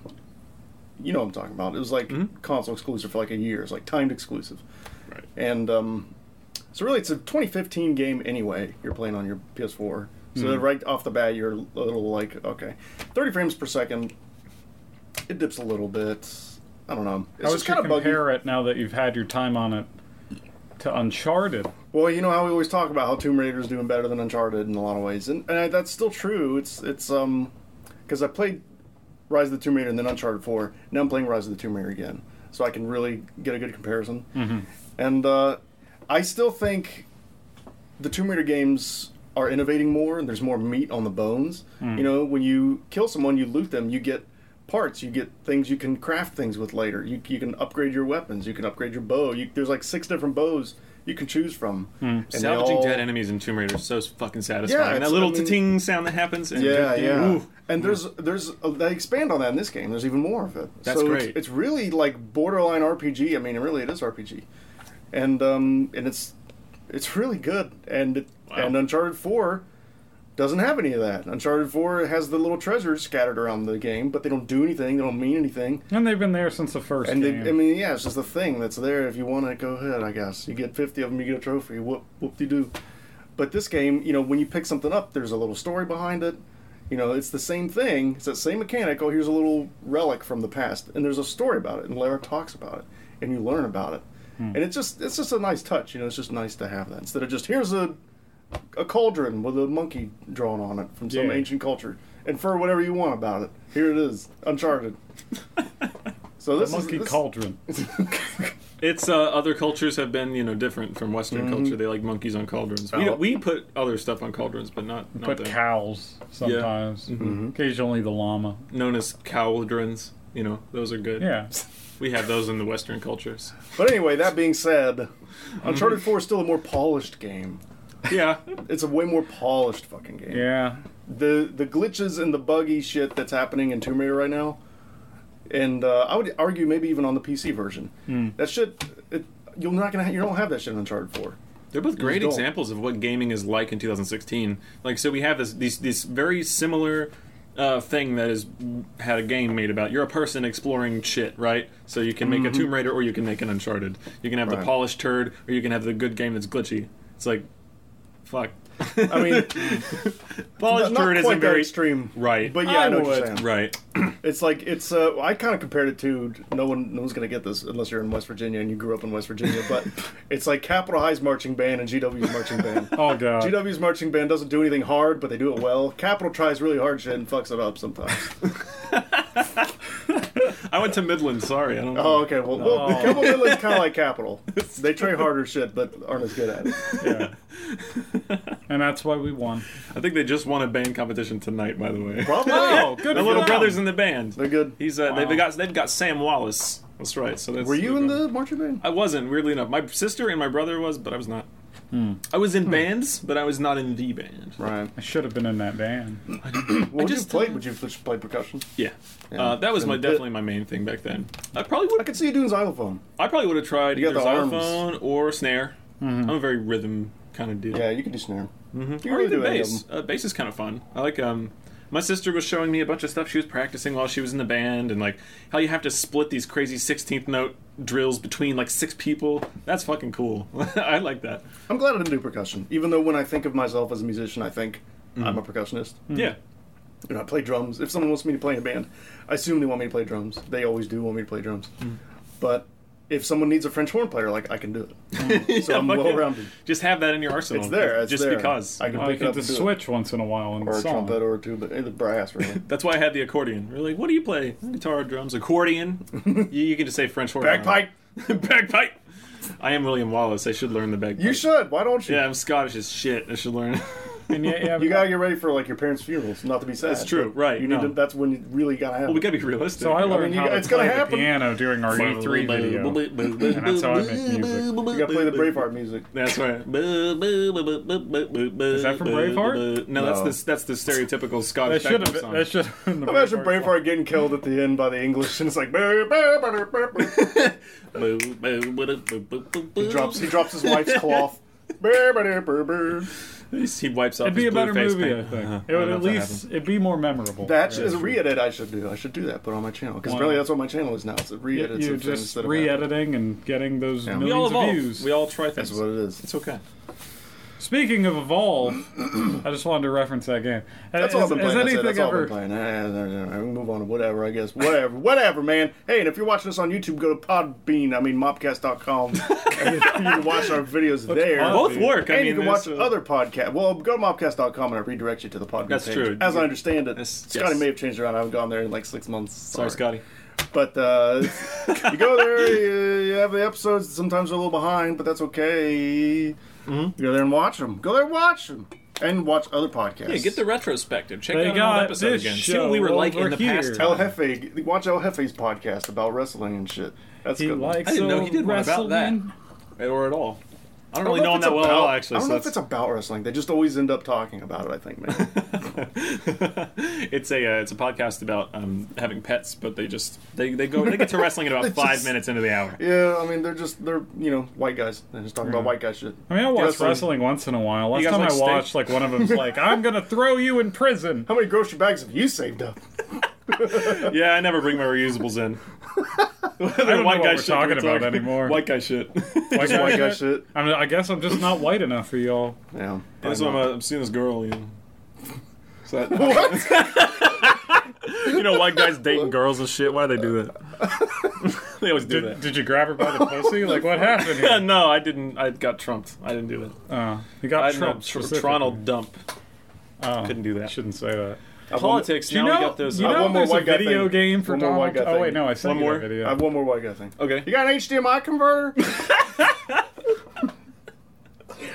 S5: you know what I'm talking about. It was like console exclusive for like a year. It's like timed exclusive.
S6: Right.
S5: And um, so really it's a 2015 game anyway. You're playing on your PS4. So right off the bat you're a little like okay. 30 frames per second. It dips a little bit. I don't know. It's
S2: I was
S5: just kind
S2: gonna
S5: of buggy.
S2: compare it now that you've had your time on it to Uncharted.
S5: Well, you know how we always talk about how Tomb Raider's doing better than Uncharted in a lot of ways, and, and I, that's still true. It's it's um because I played Rise of the Tomb Raider and then Uncharted Four. Now I'm playing Rise of the Tomb Raider again, so I can really get a good comparison. And uh, I still think the Tomb Raider games are innovating more, and there's more meat on the bones. You know, when you kill someone, you loot them, you get parts, you get things you can craft things with later. You, you can upgrade your weapons, you can upgrade your bow. You, there's like six different bows you can choose from. And they
S6: Salvaging
S5: all-
S6: dead enemies in Tomb Raider is so fucking satisfying.
S5: it's-
S6: that little
S5: I mean-
S6: ting sound that happens. And
S5: Yeah, yeah.
S6: Ooh.
S5: And there's there's uh, they expand on that in this game. There's even more of it.
S6: That's
S5: so
S6: great.
S5: It's, it's really like borderline RPG. I mean, really, it is RPG, and um and it's it's really good. And it, and Uncharted Four doesn't have any of that. Uncharted Four has the little treasures scattered around the game, but they don't do anything. They don't mean anything.
S2: And they've been there since the first
S5: And they,
S2: game.
S5: I mean, yeah, it's just a thing that's there. If you want it, go ahead. I guess you get fifty of them, you get a trophy. Whoop whoop de doo. But this game, you know, when you pick something up, there's a little story behind it. You know, it's the same thing. It's that same mechanic. Oh, here's a little relic from the past, and there's a story about it, and Lara talks about it, and you learn about it,
S2: Hmm.
S5: and it's just it's just a nice touch. You know, it's just nice to have that instead of just here's a a cauldron with a monkey drawn on it from some
S2: Yeah.
S5: ancient culture. Infer whatever you want about it. Here it is, Uncharted. so this
S2: Monkey
S5: is this,
S2: Cauldron.
S6: It's uh, other cultures have been you know different from Western
S5: Mm-hmm.
S6: culture. They like monkeys on cauldrons. We,
S5: Oh.
S6: we put other stuff on cauldrons, but not, not
S2: But
S6: the-
S2: cows sometimes.
S6: Mm-hmm.
S2: Occasionally the llama.
S6: known as cauldrons. You know, those are good.
S2: Yeah.
S6: we have those in the Western cultures.
S5: But anyway, that being said, Uncharted 4 is still a more polished game.
S6: Yeah,
S5: It's a way more polished fucking game.
S2: Yeah.
S5: The the glitches and the buggy shit that's happening in Tomb Raider right now, and uh, I would argue maybe even on the PC version,
S6: Hmm.
S5: that shit it, you're not gonna ha- you don't have that shit in Uncharted 4.
S6: They're both great
S5: don't.
S6: examples of what gaming is like in 2016. Like, so we have this these this very similar uh, thing that is had a game made about. You're a person exploring shit, right? So you can make a Tomb Raider or you can make an Uncharted. You can have the
S5: Mm-hmm. Right.
S6: polished turd or you can have the good game that's glitchy. It's like, fuck,
S5: I mean,
S6: polished
S5: not,
S6: turd
S5: not quite
S6: isn't
S5: that
S6: very
S5: extreme,
S6: right,
S5: But yeah, I, know what you're saying.
S6: right.
S5: It's like it's. Uh, I kind of compared it to no one. No one's gonna get this unless you're in West Virginia and you grew up in West Virginia. But it's like Capitol High's marching band and GW's marching band.
S2: Oh
S6: Uh,
S2: god.
S5: GW's marching band doesn't do anything hard, but they do it well. Capitol tries really hard shit and fucks it up sometimes.
S6: I went to Midland. Sorry, I don't know.
S5: oh, okay. Well, well Capitol Midland's kind of like Capitol. They try harder shit, but aren't as good at it.
S2: Yeah. and that's why we won.
S6: I think they just won a band competition tonight. By the way,
S5: Probably.
S2: good.
S6: the little brothers in the band.
S5: They're good.
S6: He's uh, they've got they've got Sam Wallace. That's right. So that's
S5: Were you in the marching band?
S6: I wasn't, weirdly enough. My sister and my brother was, but I was not. I was
S5: Hmm.
S6: in bands, but I was not in the band.
S5: Right.
S2: I should have been in that band.
S5: What would you
S6: just- uh,
S5: play? Would you just play percussion?
S6: Yeah, Uh, that was my
S5: And-
S6: definitely my main thing back then. I probably
S5: I
S6: would
S5: could see you doing xylophone.
S6: I probably would have tried
S5: You
S6: either
S5: got the arms.
S6: xylophone or snare. I'm a very rhythm kind of dude.
S5: Yeah, you could do snare. Mm-hmm. You can
S6: or
S5: really
S6: even
S5: do any of
S6: bass. Uh, bass is kind of fun. I like um, My sister was showing me a bunch of stuff she was practicing while she was in the band, and like how you have to split these crazy sixteenth note drills between like six people. That's fucking cool. I like that.
S5: I'm glad I didn't do percussion, even though when I think of myself as a musician, I think I'm a percussionist.
S6: Yeah.
S5: You know, I play drums. If someone wants me to play in a band, I assume they want me to play drums. They always do want me to play drums.
S6: Hmm.
S5: But if someone needs a French horn player, like I can do it. so I'm
S6: Fuck yeah.
S5: well rounded.
S6: Just have that in your arsenal.
S5: It's there. It's
S6: just
S5: there.
S6: because.
S5: I can
S2: I
S5: pick it
S2: get
S5: up
S2: to
S5: and do it.
S2: switch once in a while in the
S5: or a
S2: song.
S5: trumpet or two, but eh, the brass really.
S6: That's why I had the accordion. Really, what do you play? Guitar, drums, accordion. you, you can just say French horn.
S5: Bagpipe.
S6: bagpipe. I am William Wallace. I should learn the bagpipe.
S5: You should. Why don't you?
S6: Yeah, I'm Scottish as shit. I should learn.
S2: And yeah, yeah,
S5: You gotta get ready for like your parents' funerals, not to be sad.
S6: That's true,
S5: but
S6: right,
S5: You need
S6: no.
S5: to, that's when you really gotta have.
S6: well, we
S5: it.
S6: gotta be realistic.
S2: so I learned
S5: you-
S2: how to
S5: it's
S2: play
S5: gonna
S2: the
S5: happen.
S2: piano during our E3 video.
S6: and
S2: that's how I make music.
S5: You gotta play the Braveheart music.
S6: That's right. Is
S2: that from Braveheart?
S6: No, that's
S5: No.
S6: the that's the stereotypical
S2: That
S6: Scottish
S2: should
S6: bagpipe
S2: have.
S6: song.
S2: That should have been the
S5: Imagine
S2: Braveheart
S5: Braveheart getting killed at the end by the English, and it's like. "Bah, bah, bah, bah, bah, bah." He drops. He drops his wife's cloth. Bah, bah, bah, bah, bah.
S6: He wipes off.
S2: It'd be
S6: his
S2: a better
S6: blue face
S2: movie, I
S6: paint.
S2: think.
S6: Uh,
S2: it
S6: I don't
S2: would at
S6: know if that
S2: least it'd be more memorable.
S5: That is a re-edit I should do. I should do that. Put it on my channel because really that's what my channel is now. It's a
S2: You-
S5: re-edit.
S2: You're
S5: of things
S2: just
S5: that have happened.
S2: re-editing and getting those
S5: Yeah. We
S6: We
S2: millions
S6: all
S2: of
S6: evolve.
S2: views.
S6: We all try things.
S5: That's what it is.
S6: It's okay.
S2: Speaking of evolve, I just wanted to reference that game.
S5: That's all
S2: has,
S5: I've been
S2: has
S5: playing. That's, it.
S2: anything
S5: that's all
S2: ever?
S5: I've been playing. Eh, I, can move on to whatever, I guess. Whatever, whatever, man. Hey, and if you're watching us on YouTube, go to Podbean. I mean, mobcast.com. and you can watch our videos there.
S6: Both work. I
S5: and
S6: mean,
S5: you can
S6: there's,
S5: watch
S6: uh,
S5: other podcasts. Well, go to mobcast.com and I redirect you to the podcast.
S6: That's
S5: page.
S6: true.
S5: As I understand it,
S6: Yes,
S5: Scotty
S6: yes.
S5: may have changed around. I haven't gone there in like six months.
S6: Sorry, Scotty.
S5: But uh, you go there, you, you have the episodes. that Sometimes are a little behind, but that's okay.
S6: Mm-hmm.
S5: You go there and watch them. Go there and watch them. And watch other podcasts.
S6: Yeah, get the retrospective. Check
S2: They
S6: out an
S2: got
S6: old episode
S2: this
S6: again. See what we were
S2: show
S6: like in
S2: over
S6: the
S2: here.
S6: past.
S5: El
S6: Time.
S5: Jefe. Watch El Jefe's podcast about wrestling and shit. That's
S2: He
S5: good. one.
S2: likes
S6: I didn't know
S2: old
S6: he did one about that.
S2: wrestling.
S6: Or at all. I don't
S5: I don't
S6: really know him
S5: if it's
S6: that well at all,
S5: about-
S6: actually.
S5: I don't
S6: so
S5: know if it's about wrestling. They just always end up talking about it. I think, man.
S6: it's a uh, it's a podcast about um, having pets, but they just they, they go they get to wrestling at
S5: They
S6: about
S5: just-
S6: five minutes into the hour.
S5: yeah, I mean, they're just they're you know white guys. They're just talking about white guy shit.
S2: I mean, I watch
S5: Wrestling.
S2: wrestling once in a while. Last
S6: guys
S2: time
S6: like
S2: I
S6: steak?
S2: watched, like one of them's like, "I'm gonna throw you in prison."
S5: How many grocery bags have you saved up?
S6: Yeah, I never bring my reusables in.
S2: I don't
S6: white
S2: know what
S6: guy
S2: we're
S6: shit
S2: talking
S6: we're
S2: about
S6: talking-
S2: anymore.
S6: White guy shit.
S2: White
S5: White guy shit.
S2: I, mean, I guess I'm just not white enough for y'all.
S5: Yeah.
S6: That's why I'm, uh, I'm seeing this girl. You know. So that-
S5: What?
S6: you know, white guys dating girls and shit. Why do they do that? they always do
S2: Did, did you grab her by the pussy? Like, what happened
S6: that.
S2: here?
S6: no, I didn't. I got trumped. I didn't do that.
S2: Oh, you
S6: I
S2: got
S6: didn't know,
S2: Trump.
S6: tr-
S2: specifically.
S6: Toronto dump.
S2: Oh,
S6: Couldn't do that.
S2: Shouldn't say that.
S6: Politics.
S2: Do you
S6: now
S2: know,
S6: we got those. uh,
S2: you
S5: I
S2: know
S5: have one more
S2: there's a
S5: white guy
S2: video
S5: thing.
S2: game for
S5: One more
S2: Donald
S5: white guy
S2: Oh, wait,
S5: thing.
S2: no, I sent
S6: One
S2: you
S6: more?
S2: that
S5: I
S2: video.
S5: have one more white guy thing.
S6: okay.
S5: You got an HDMI converter?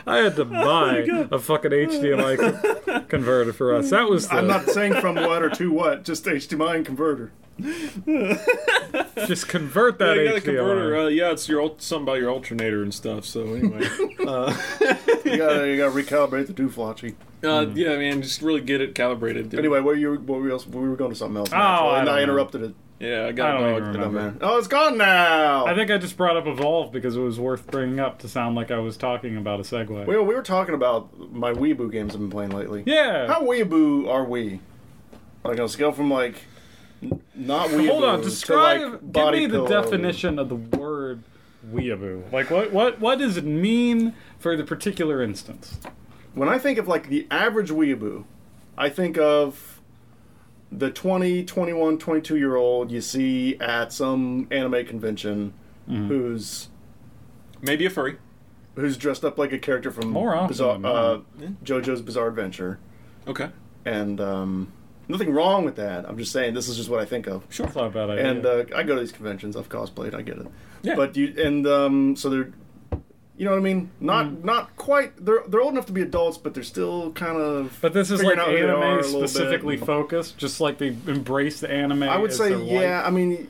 S2: I had to buy a fucking HDMI co- converter for us. That was the,
S5: I'm not saying from what or to what, just HDMI and converter.
S2: just convert that
S6: Yeah, you got a
S2: HDMI.
S6: converter. Uh, yeah, it's your ult- something about your alternator and stuff. So anyway,
S5: You gotta, you gotta recalibrate the dooflachi.
S6: uh, yeah, I mean, just really get it calibrated. dude.
S5: Anyway, where you what we else we were going to something else.
S2: Oh,
S5: naturally,
S2: I
S5: and
S2: don't
S5: I
S2: know.
S5: interrupted it.
S6: yeah, I
S2: I
S6: got
S2: don't
S6: no.
S2: even
S5: It
S2: remember.
S5: don't matter. Oh, it's gone now.
S2: I think I just brought up Evolve because it was worth bringing up to sound like I was talking about a segue.
S5: well, we were talking about my Weeboo games I've been playing lately.
S2: yeah.
S5: How Weeboo are we? Like on a scale from like n- not Weeboo.
S2: Hold on.
S5: to
S2: Describe.
S5: like
S2: give
S5: body
S2: me the
S5: pillow.
S2: definition of the word weeaboo. Like, what, what, what does it mean for the particular instance?
S5: When I think of like the average Weeboo, I think of the 20, 21, 22 year old you see at some anime convention
S2: Mm-hmm.
S5: who's
S6: Maybe a furry.
S5: who's dressed up like a character from
S2: More often
S5: Bizarre,
S2: than
S5: uh, JoJo's Bizarre Adventure,
S6: Okay.
S5: and um, nothing wrong with that. I'm just saying this is just what I think of.
S2: Sure. That's not a bad idea.
S5: And uh, I go to these conventions. I've cosplayed. I get it.
S6: Yeah.
S5: But you and um, so they're, you know what I mean? Not
S2: Mm.
S5: not quite. They're they're old enough to be adults, but they're still kind of.
S2: But this is
S5: figuring
S2: like
S5: out who they are a
S2: anime
S5: little bit.
S2: specifically focused, just like they embrace the anime.
S5: I would
S2: as
S5: say
S2: their life.
S5: yeah. I mean,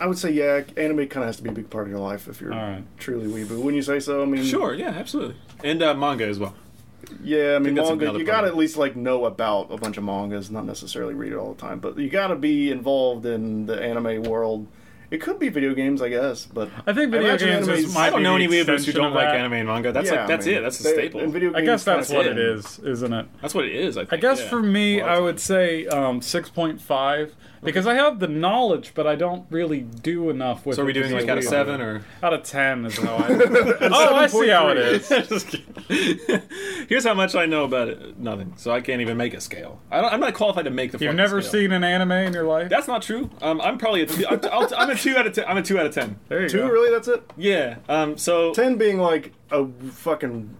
S5: I would say yeah. Anime kind of has to be a big part of your life if you're
S2: All right.
S5: truly weeboo. Wouldn't you say so? I mean,
S6: Sure. Yeah. Absolutely. And uh, manga as well.
S5: Yeah, I mean,
S6: that's
S5: manga.
S6: another
S5: You got to
S6: problem.
S5: at least like know about a bunch of mangas, not necessarily read it all the time, but you got to be involved in the anime world It could be video games, I guess, but
S2: I think video
S5: imagine
S2: games is
S5: anime's-
S2: my-
S5: I
S2: might
S6: I don't
S2: be
S6: know
S2: the
S6: any weirdos who
S2: extension
S6: don't
S2: of
S6: like
S2: that.
S6: anime and manga. That's
S5: yeah,
S6: like that's
S5: man.
S6: it. That's a
S5: They-
S6: staple.
S5: and video
S2: I
S5: games
S2: guess that's
S5: kinda
S2: what
S5: fit.
S2: it is, isn't it?
S6: that's what it is. I, think.
S2: I guess
S6: yeah.
S2: for me,
S6: Well,
S2: I would say um, 6.5 because I have the knowledge, but I don't really do enough with
S6: So are we
S2: it.
S6: doing like out of seven or?
S2: Out of 10 is how I. oh, I see how it is.
S6: Just kidding. Here's how much I know about it. Nothing. So I can't even make a scale. I don't, I'm not qualified to make the.
S2: You've
S6: fucking
S2: never
S6: scale.
S2: seen an anime in your life?
S6: That's not true. Um, I'm probably a two. I'm, I'll, I'm a two out of ten. I'm a two out of ten.
S2: there you
S5: Two,
S2: go.
S5: really? That's it?
S6: Yeah. Um. So
S5: Ten being like a fucking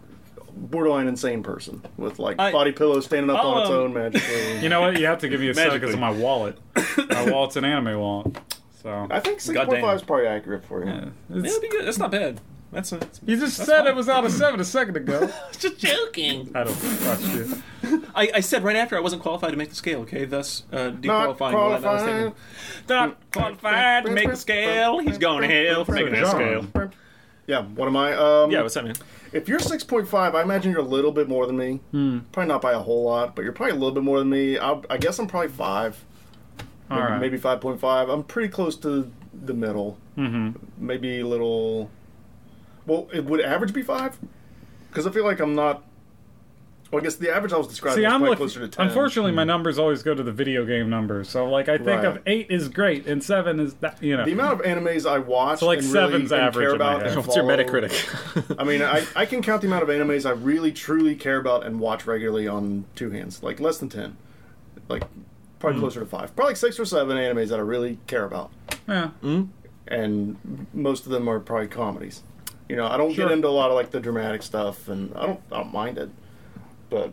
S5: borderline insane person with like
S6: I-
S5: body pillow standing up on
S6: I'll,
S5: its
S6: um,
S5: own magically.
S2: You know what? You have to give me a second because
S6: Magically.
S2: of my wallet. My wallet's an anime wallet. So.
S5: I think six point five is probably accurate for you.
S6: yeah,
S2: It's-
S6: it'd be good. That's not bad. That's a. It's,
S2: you just said it was out of seven a second ago.
S6: just joking.
S2: I don't trust you.
S6: I, I said right after I wasn't qualified to make the scale, okay? Thus, uh,
S5: Not
S6: dequalifying all that other statement. Not qualified to make the scale. He's going to hell for making that scale.
S5: Yeah, what am I? Um,
S6: Yeah, what's that, man?
S5: if you're 6.5, I imagine you're a little bit more than me.
S6: Hmm.
S5: Probably not by a whole lot, but you're probably a little bit more than me. I, I guess I'm probably five,
S2: All right.
S5: maybe 5.5. I'm pretty close to the middle. Mm-hmm. Maybe a little. Well, it would average be five? Because I feel like I'm not. Well, I guess the average I was describing
S2: See,
S5: is
S2: I'm
S5: probably
S2: look-
S5: closer to 10.
S2: unfortunately,
S7: Hmm.
S2: my numbers always go to the video game numbers. So, like, I think of
S5: Right.
S2: eight is great and seven is that, you know.
S5: The amount of animes I watch
S2: like
S5: and
S2: seven's
S5: really and
S2: average
S5: care
S2: in my
S5: about
S2: head.
S5: and
S6: What's your
S5: follow-
S6: Metacritic?
S5: I mean, I, I can count the amount of animes I really truly care about and watch regularly on two hands, like less than ten, like probably
S2: Mm.
S5: closer to five, probably like six or seven animes that I really care about,
S2: yeah.
S7: Hmm.
S5: and most of them are probably comedies. You know, I don't
S2: Sure.
S5: get into a lot of like the dramatic stuff, and I don't I don't mind it, but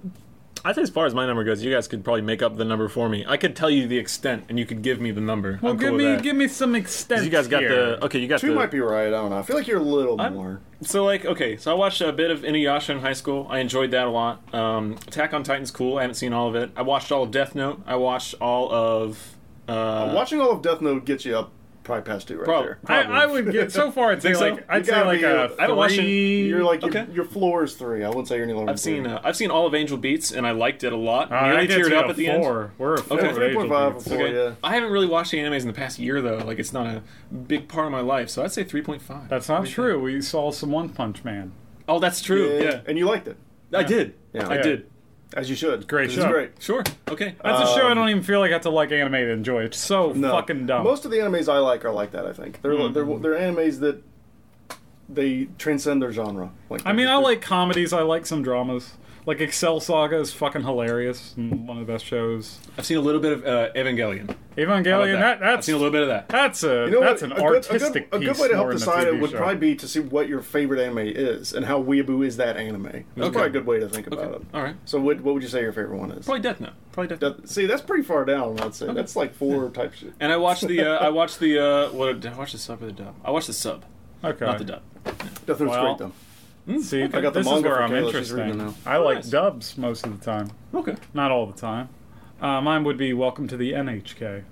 S7: I think as far as my number goes, you guys could probably make up the number for me. I could tell you the extent, and you could give me the number.
S2: Well,
S7: I'm
S2: give
S7: cool with
S2: me
S7: that.
S2: give me some extent.
S7: You guys got
S2: here.
S7: the uh, okay. You got
S5: two
S7: the
S5: might be right. I don't know. I feel like you're a little
S6: I'm-
S5: more.
S6: so, like, okay, so I watched a bit of Inuyasha in high school. I enjoyed that a lot. Um, Attack on Titan's cool. I haven't seen all of it. I watched all of Death Note. I watched all of. Uh,
S5: Watching all of Death Note gets you up probably past two right
S6: Prob-
S5: there.
S2: I, I would get so far. I'd say
S6: Think so?
S2: like I'd
S5: You
S2: say
S5: gotta
S2: like
S5: be-
S2: a
S5: I
S6: haven't watched it.
S2: three.
S5: You're like your-
S6: okay.
S5: your floor is three. I wouldn't say you're any lower. than
S6: I've seen
S5: three.
S6: uh, I've seen all of Angel Beats, and I liked it a lot.
S2: Uh,
S6: Nearly
S2: that gets
S6: teared
S2: me
S6: up
S2: a
S6: at the end.
S2: four. We're a four.
S6: Okay.
S2: with
S5: three point five or
S2: Asian
S5: four.
S6: Okay.
S5: Yeah.
S6: I haven't really watched any animes in the past year though. Like it's not a big part of my life, so I'd say three point five.
S2: That's not true. We saw some One Punch Man.
S6: Oh, that's true. Yeah,
S5: And you liked it,
S6: I did.
S5: Yeah.
S6: I
S5: Yeah.
S6: did.
S5: as you should.
S2: Great
S5: It's
S2: show.
S5: great.
S6: Sure. Okay. Uh,
S2: That's a show I don't even feel like I have to like anime to enjoy. It's so
S5: Um, No.
S2: fucking dumb.
S5: Most of the animes I like are like that. I think they're they're they're animes that they transcend their genre. Like
S2: I mean, I
S5: they're-
S2: like comedies. I like some dramas. Like Excel Saga is fucking hilarious. and One of the best shows.
S6: I've seen a little bit of uh, Evangelion. How about
S2: Evangelion. That?
S6: that? I've
S2: that's
S6: seen a little bit of that.
S2: that's a
S5: You know
S2: that's
S5: what?
S2: an
S5: A good-
S2: artistic
S5: A good, a good
S2: piece
S5: way to
S2: more
S5: help
S2: than a
S5: decide
S2: TV
S5: it would
S2: show.
S5: probably be to see what your favorite anime is and how weeaboo is that anime. That's probably a good way to think about
S6: Okay.
S5: it.
S6: All right.
S5: So what, what would you say your favorite one is?
S6: Probably Death Note. Probably Death Note.
S5: That- see, that's pretty far down. I'd say that's like four types. Of,
S6: And I watched the uh, I watched the uh, what did I watch the sub or the dub? I watched the sub,
S2: okay.
S6: not the dub.
S5: Death Note's
S2: Well,
S5: great though.
S2: See,
S5: I got the
S2: this
S5: manga
S2: is where
S5: for
S2: I'm
S5: Kayla. She's reading it
S2: interesting.
S5: now.
S2: I like
S6: Nice.
S2: dubs most of the time,
S6: Hmm, Okay.
S2: not all the time. Uh, mine would be Welcome to the NHK.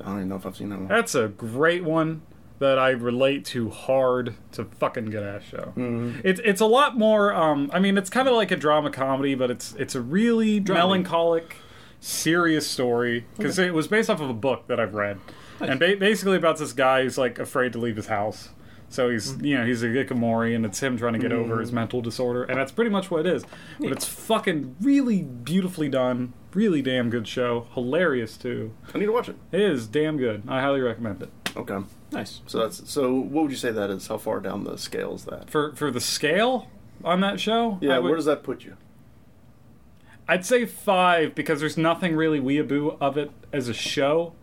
S5: I don't even know if I've seen that one.
S2: That's a great one that I relate to hard to fucking good ass show. It's it's a lot more. Um, I mean, it's kind of like a drama comedy, but it's it's a really melancholic, serious story because it was based off of a book that I've read, and ba- basically about this guy who's like afraid to leave his house. So he's, you know, he's a hikikomori, and it's him trying to get over his mental disorder, and that's pretty much what it is. But it's fucking really beautifully done, really damn good show, hilarious too.
S5: I need to watch it.
S2: It is damn good. I highly recommend it.
S5: Okay.
S6: Nice.
S5: So that's so. What would you say that is? How far down the scale is that?
S2: For for the scale on that show,
S5: Yeah.
S2: I would,
S5: where does that put you?
S2: I'd say five because there's nothing really weeaboo of it as a show,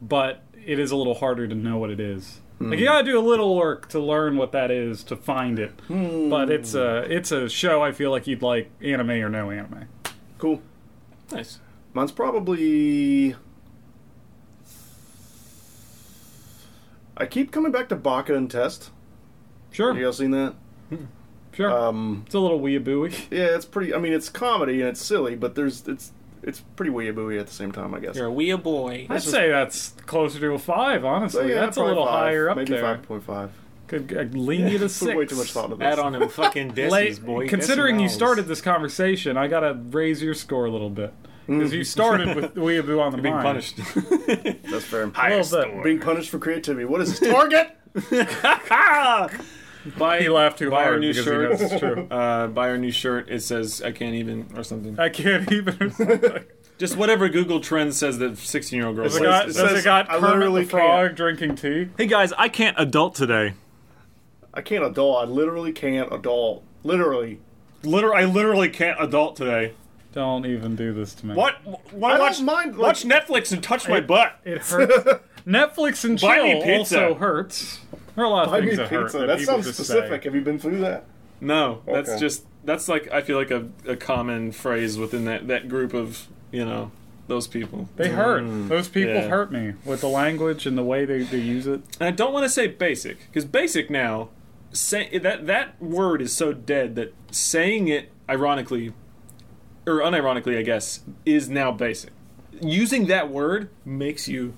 S2: but it is a little harder to know what it is. Like
S5: Hmm.
S2: you gotta do a little work to learn what that is to find it.
S5: Hmm.
S2: But it's a it's a show I feel like you'd like anime or no anime.
S5: Cool.
S6: Nice.
S5: Mine's probably. I keep coming back to Baka and Test.
S2: Sure,
S5: Have you all seen that?
S2: sure.
S5: Um,
S2: it's a little weeaboo.
S5: yeah, it's pretty. I mean, it's comedy and it's silly, but there's it's it's pretty weeaboo at the same time, I guess.
S6: You're a wee boy.
S2: I'd say that's closer to a five, honestly.
S5: So, yeah,
S2: that's a
S5: probably
S2: little
S5: five,
S2: higher up
S5: maybe
S2: there.
S5: five point five.
S2: Could uh, lean you to six.
S5: Put way too much thought into this.
S6: Add on them fucking
S2: Late-
S6: decis, boy.
S2: Considering you
S6: Decimals.
S2: started this conversation, I gotta raise your score a little bit.
S5: Mm-hmm.
S2: Because you started with We Have Boo on the
S6: Being
S2: Mind.
S6: punished.
S5: That's fair.
S2: Highest
S6: Well, but-
S5: Being punished for creativity. What is this? Target?
S6: buy,
S2: He laughed too
S6: buy
S2: hard
S6: our new
S2: because
S6: shirt.
S2: he knows it's true.
S6: Uh, buy our new shirt. It says I can't even or something.
S2: I can't even.
S6: Just whatever Google Trends says that 16 year old girls.
S2: Does it
S6: like.
S2: got,
S5: it
S2: does
S5: says,
S2: it got
S5: I
S2: Kermit
S5: literally
S2: the Frog drinking tea?
S8: Hey guys, I can't adult today.
S5: I can't adult. I literally can't adult. Literally.
S8: Liter- I literally can't adult today.
S2: Don't even do this to me.
S8: What? Why
S5: I don't
S8: watch
S5: mind, like-
S8: watch Netflix and touch my butt?
S2: It hurts. Netflix and
S8: Buy me
S2: chill
S8: pizza.
S2: also hurts. There are a lot of
S5: I mean,
S2: things that hurt.
S5: pizza.
S2: That,
S5: That
S2: people
S5: sounds
S2: just
S5: specific.
S2: Say.
S5: Have you been through that?
S6: No, that's
S5: Okay.
S6: just that's like I feel like a, a common phrase within that that group of you know those people.
S2: They hurt. Those people
S6: yeah.
S2: hurt me with the language and the way they, they use it.
S6: And I don't want to say basic because basic now, say, that that word is so dead that saying it ironically, or unironically, I guess, is now basic. Using that word makes you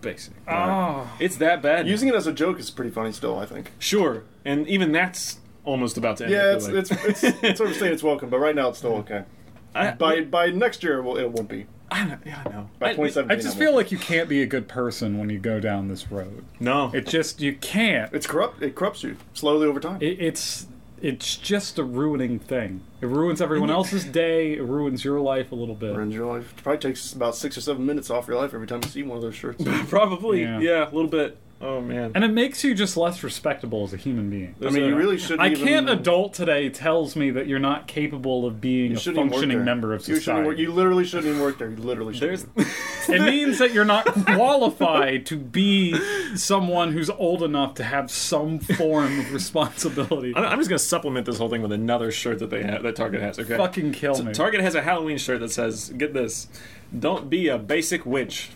S6: basic.
S2: Oh.
S6: It's that bad.
S5: Ah. Using it as a joke is pretty funny still, I think.
S6: sure, and even that's almost about to end. I
S5: Yeah,
S6: feel
S5: it's,
S6: like.
S5: it's, it's, it's sort of saying it's welcome, but right now it's still okay.
S6: I,
S5: By by next year, it, will, it won't be.
S6: I don't, yeah, I know.
S5: By
S6: I-
S5: 2017.
S2: I just feel like you can't be a good person when you go down this road.
S6: no.
S2: It just you can't.
S5: It's corrupt. It corrupts you slowly over time.
S2: It, it's it's just a ruining thing. It ruins
S5: Mm-hmm.
S2: everyone else's day. It ruins your life a little bit.
S5: ruins your life. It probably takes about six or seven minutes off your life every time you see one of those shirts.
S6: Probably,
S2: Yeah.
S6: yeah. a little bit. Oh man,
S2: And it makes you just less respectable as a human being.
S5: I mean, you really shouldn't.
S2: I
S5: even,
S2: can't adult today tells me that you're not capable of being
S5: you
S2: a
S5: shouldn't even work
S2: functioning
S5: there.
S2: member of
S5: You shouldn't even work-
S2: society.
S5: You, literally shouldn't even work there. You literally should.
S6: there's
S5: There's
S2: It means that you're not qualified to be someone who's old enough to have some form of responsibility.
S6: I'm I'm just gonna supplement this whole thing with another shirt that they have that Target has. Okay,
S2: Fucking kill me.
S6: Target has a Halloween shirt that says, "Get this, don't be a basic witch."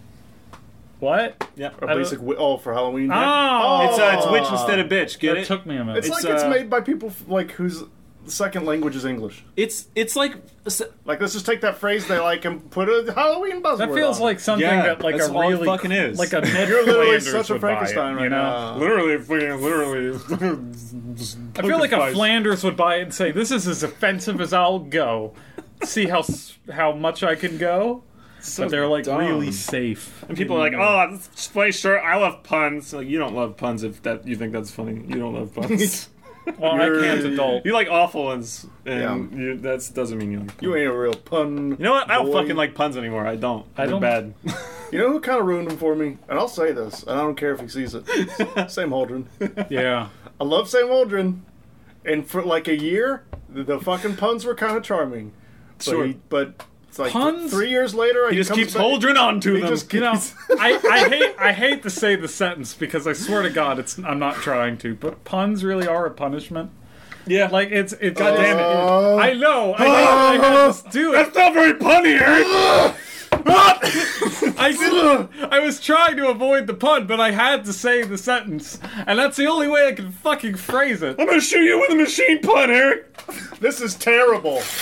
S2: What?
S6: Yeah,
S5: a basic. Wi- oh, for Halloween.
S2: Oh,
S6: it's, uh, it's witch instead of bitch. Get
S2: That
S6: it?
S2: took me a minute.
S5: it's, like
S6: it's,
S5: it's
S6: uh,
S5: made by people f- like whose second language is English.
S6: it's it's like it's-
S5: Like, let's just take that phrase they like and put a Halloween buzzword.
S2: that feels
S5: on it.
S2: like something
S6: Yeah,
S2: that like
S6: that's
S2: a
S6: all it
S2: really
S6: fucking is.
S2: like a Ned
S5: You're literally
S2: Flanders
S5: such a
S2: would buy it,
S5: Frankenstein right
S2: you know?
S5: now.
S6: literally, fucking, literally.
S2: I feel like a
S6: Poker face.
S2: Flanders would buy it and say, "This is as offensive as I'll go. See how s- how much I can go." but they're like
S6: dumb.
S2: really safe.
S6: and people are like,
S2: Mm-hmm.
S6: "Oh, this play shirt. I love puns." Like, you don't love puns if that you think that's funny. You don't love puns.
S2: Well, I
S5: You're-
S2: can't adult.
S6: you like awful ones, and
S5: Yeah.
S6: you, that doesn't mean you like. Puns.
S5: You ain't a real pun.
S6: You know what? I don't
S5: boy.
S6: fucking like puns anymore. I don't. I
S2: don't-
S6: Bad.
S5: You know who kind of ruined him for me? And I'll say this, and I don't care if he sees it. Sam Holdren.
S2: Yeah.
S5: I love Sam Holdren. And for like a year, the, the fucking puns were kind of charming. But
S6: Sure.
S5: he- but it's like th-
S2: Puns?
S5: three years later,
S6: He just keeps holding on to
S5: He
S6: them.
S5: just
S2: You know,
S5: keeps.
S2: I, I hate I hate to say the sentence because I swear to God, it's I'm not trying to, but puns really are a punishment.
S6: yeah, like
S2: Like it's it's
S6: God damn it.
S5: Oh.
S2: I know. I, hate- I had to do it.
S6: that's not very punny, Eric. Ah!
S2: I did, I was trying to avoid the pun, but I had to say the sentence, and that's the only way I can fucking phrase it.
S6: I'm gonna shoot you with a machine pun, Eric. Ah!
S5: This is terrible.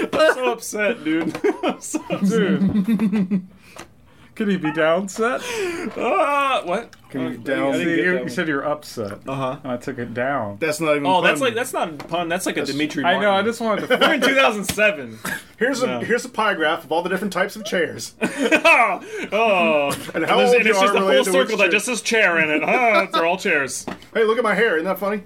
S6: I'm so upset, dude. I'm so upset.
S2: Could he be downset?
S6: Ah, what?
S5: Can you
S6: I
S5: down?
S6: didn't
S2: See,
S6: get
S2: you,
S6: that
S2: you
S6: one.
S2: said you were upset,
S5: Oh.
S6: Uh-huh.
S2: and I took it down.
S5: That's not even.
S6: Oh, that's
S5: fun.
S6: like that's not a pun. That's like a Dimitri.
S2: I know. I
S6: Martin.
S2: just wanted to.
S6: We're in 2007.
S5: here's a
S6: no.
S5: here's a pie graph of all the different types of chairs
S6: oh, oh.
S5: and how
S6: And it's-
S5: old
S6: and
S5: you
S6: it's
S5: are
S6: just a full
S5: related to which
S6: circle that
S5: chair.
S6: just has chair in it. Ah, they're all chairs.
S5: Hey, look at my hair. Isn't that funny?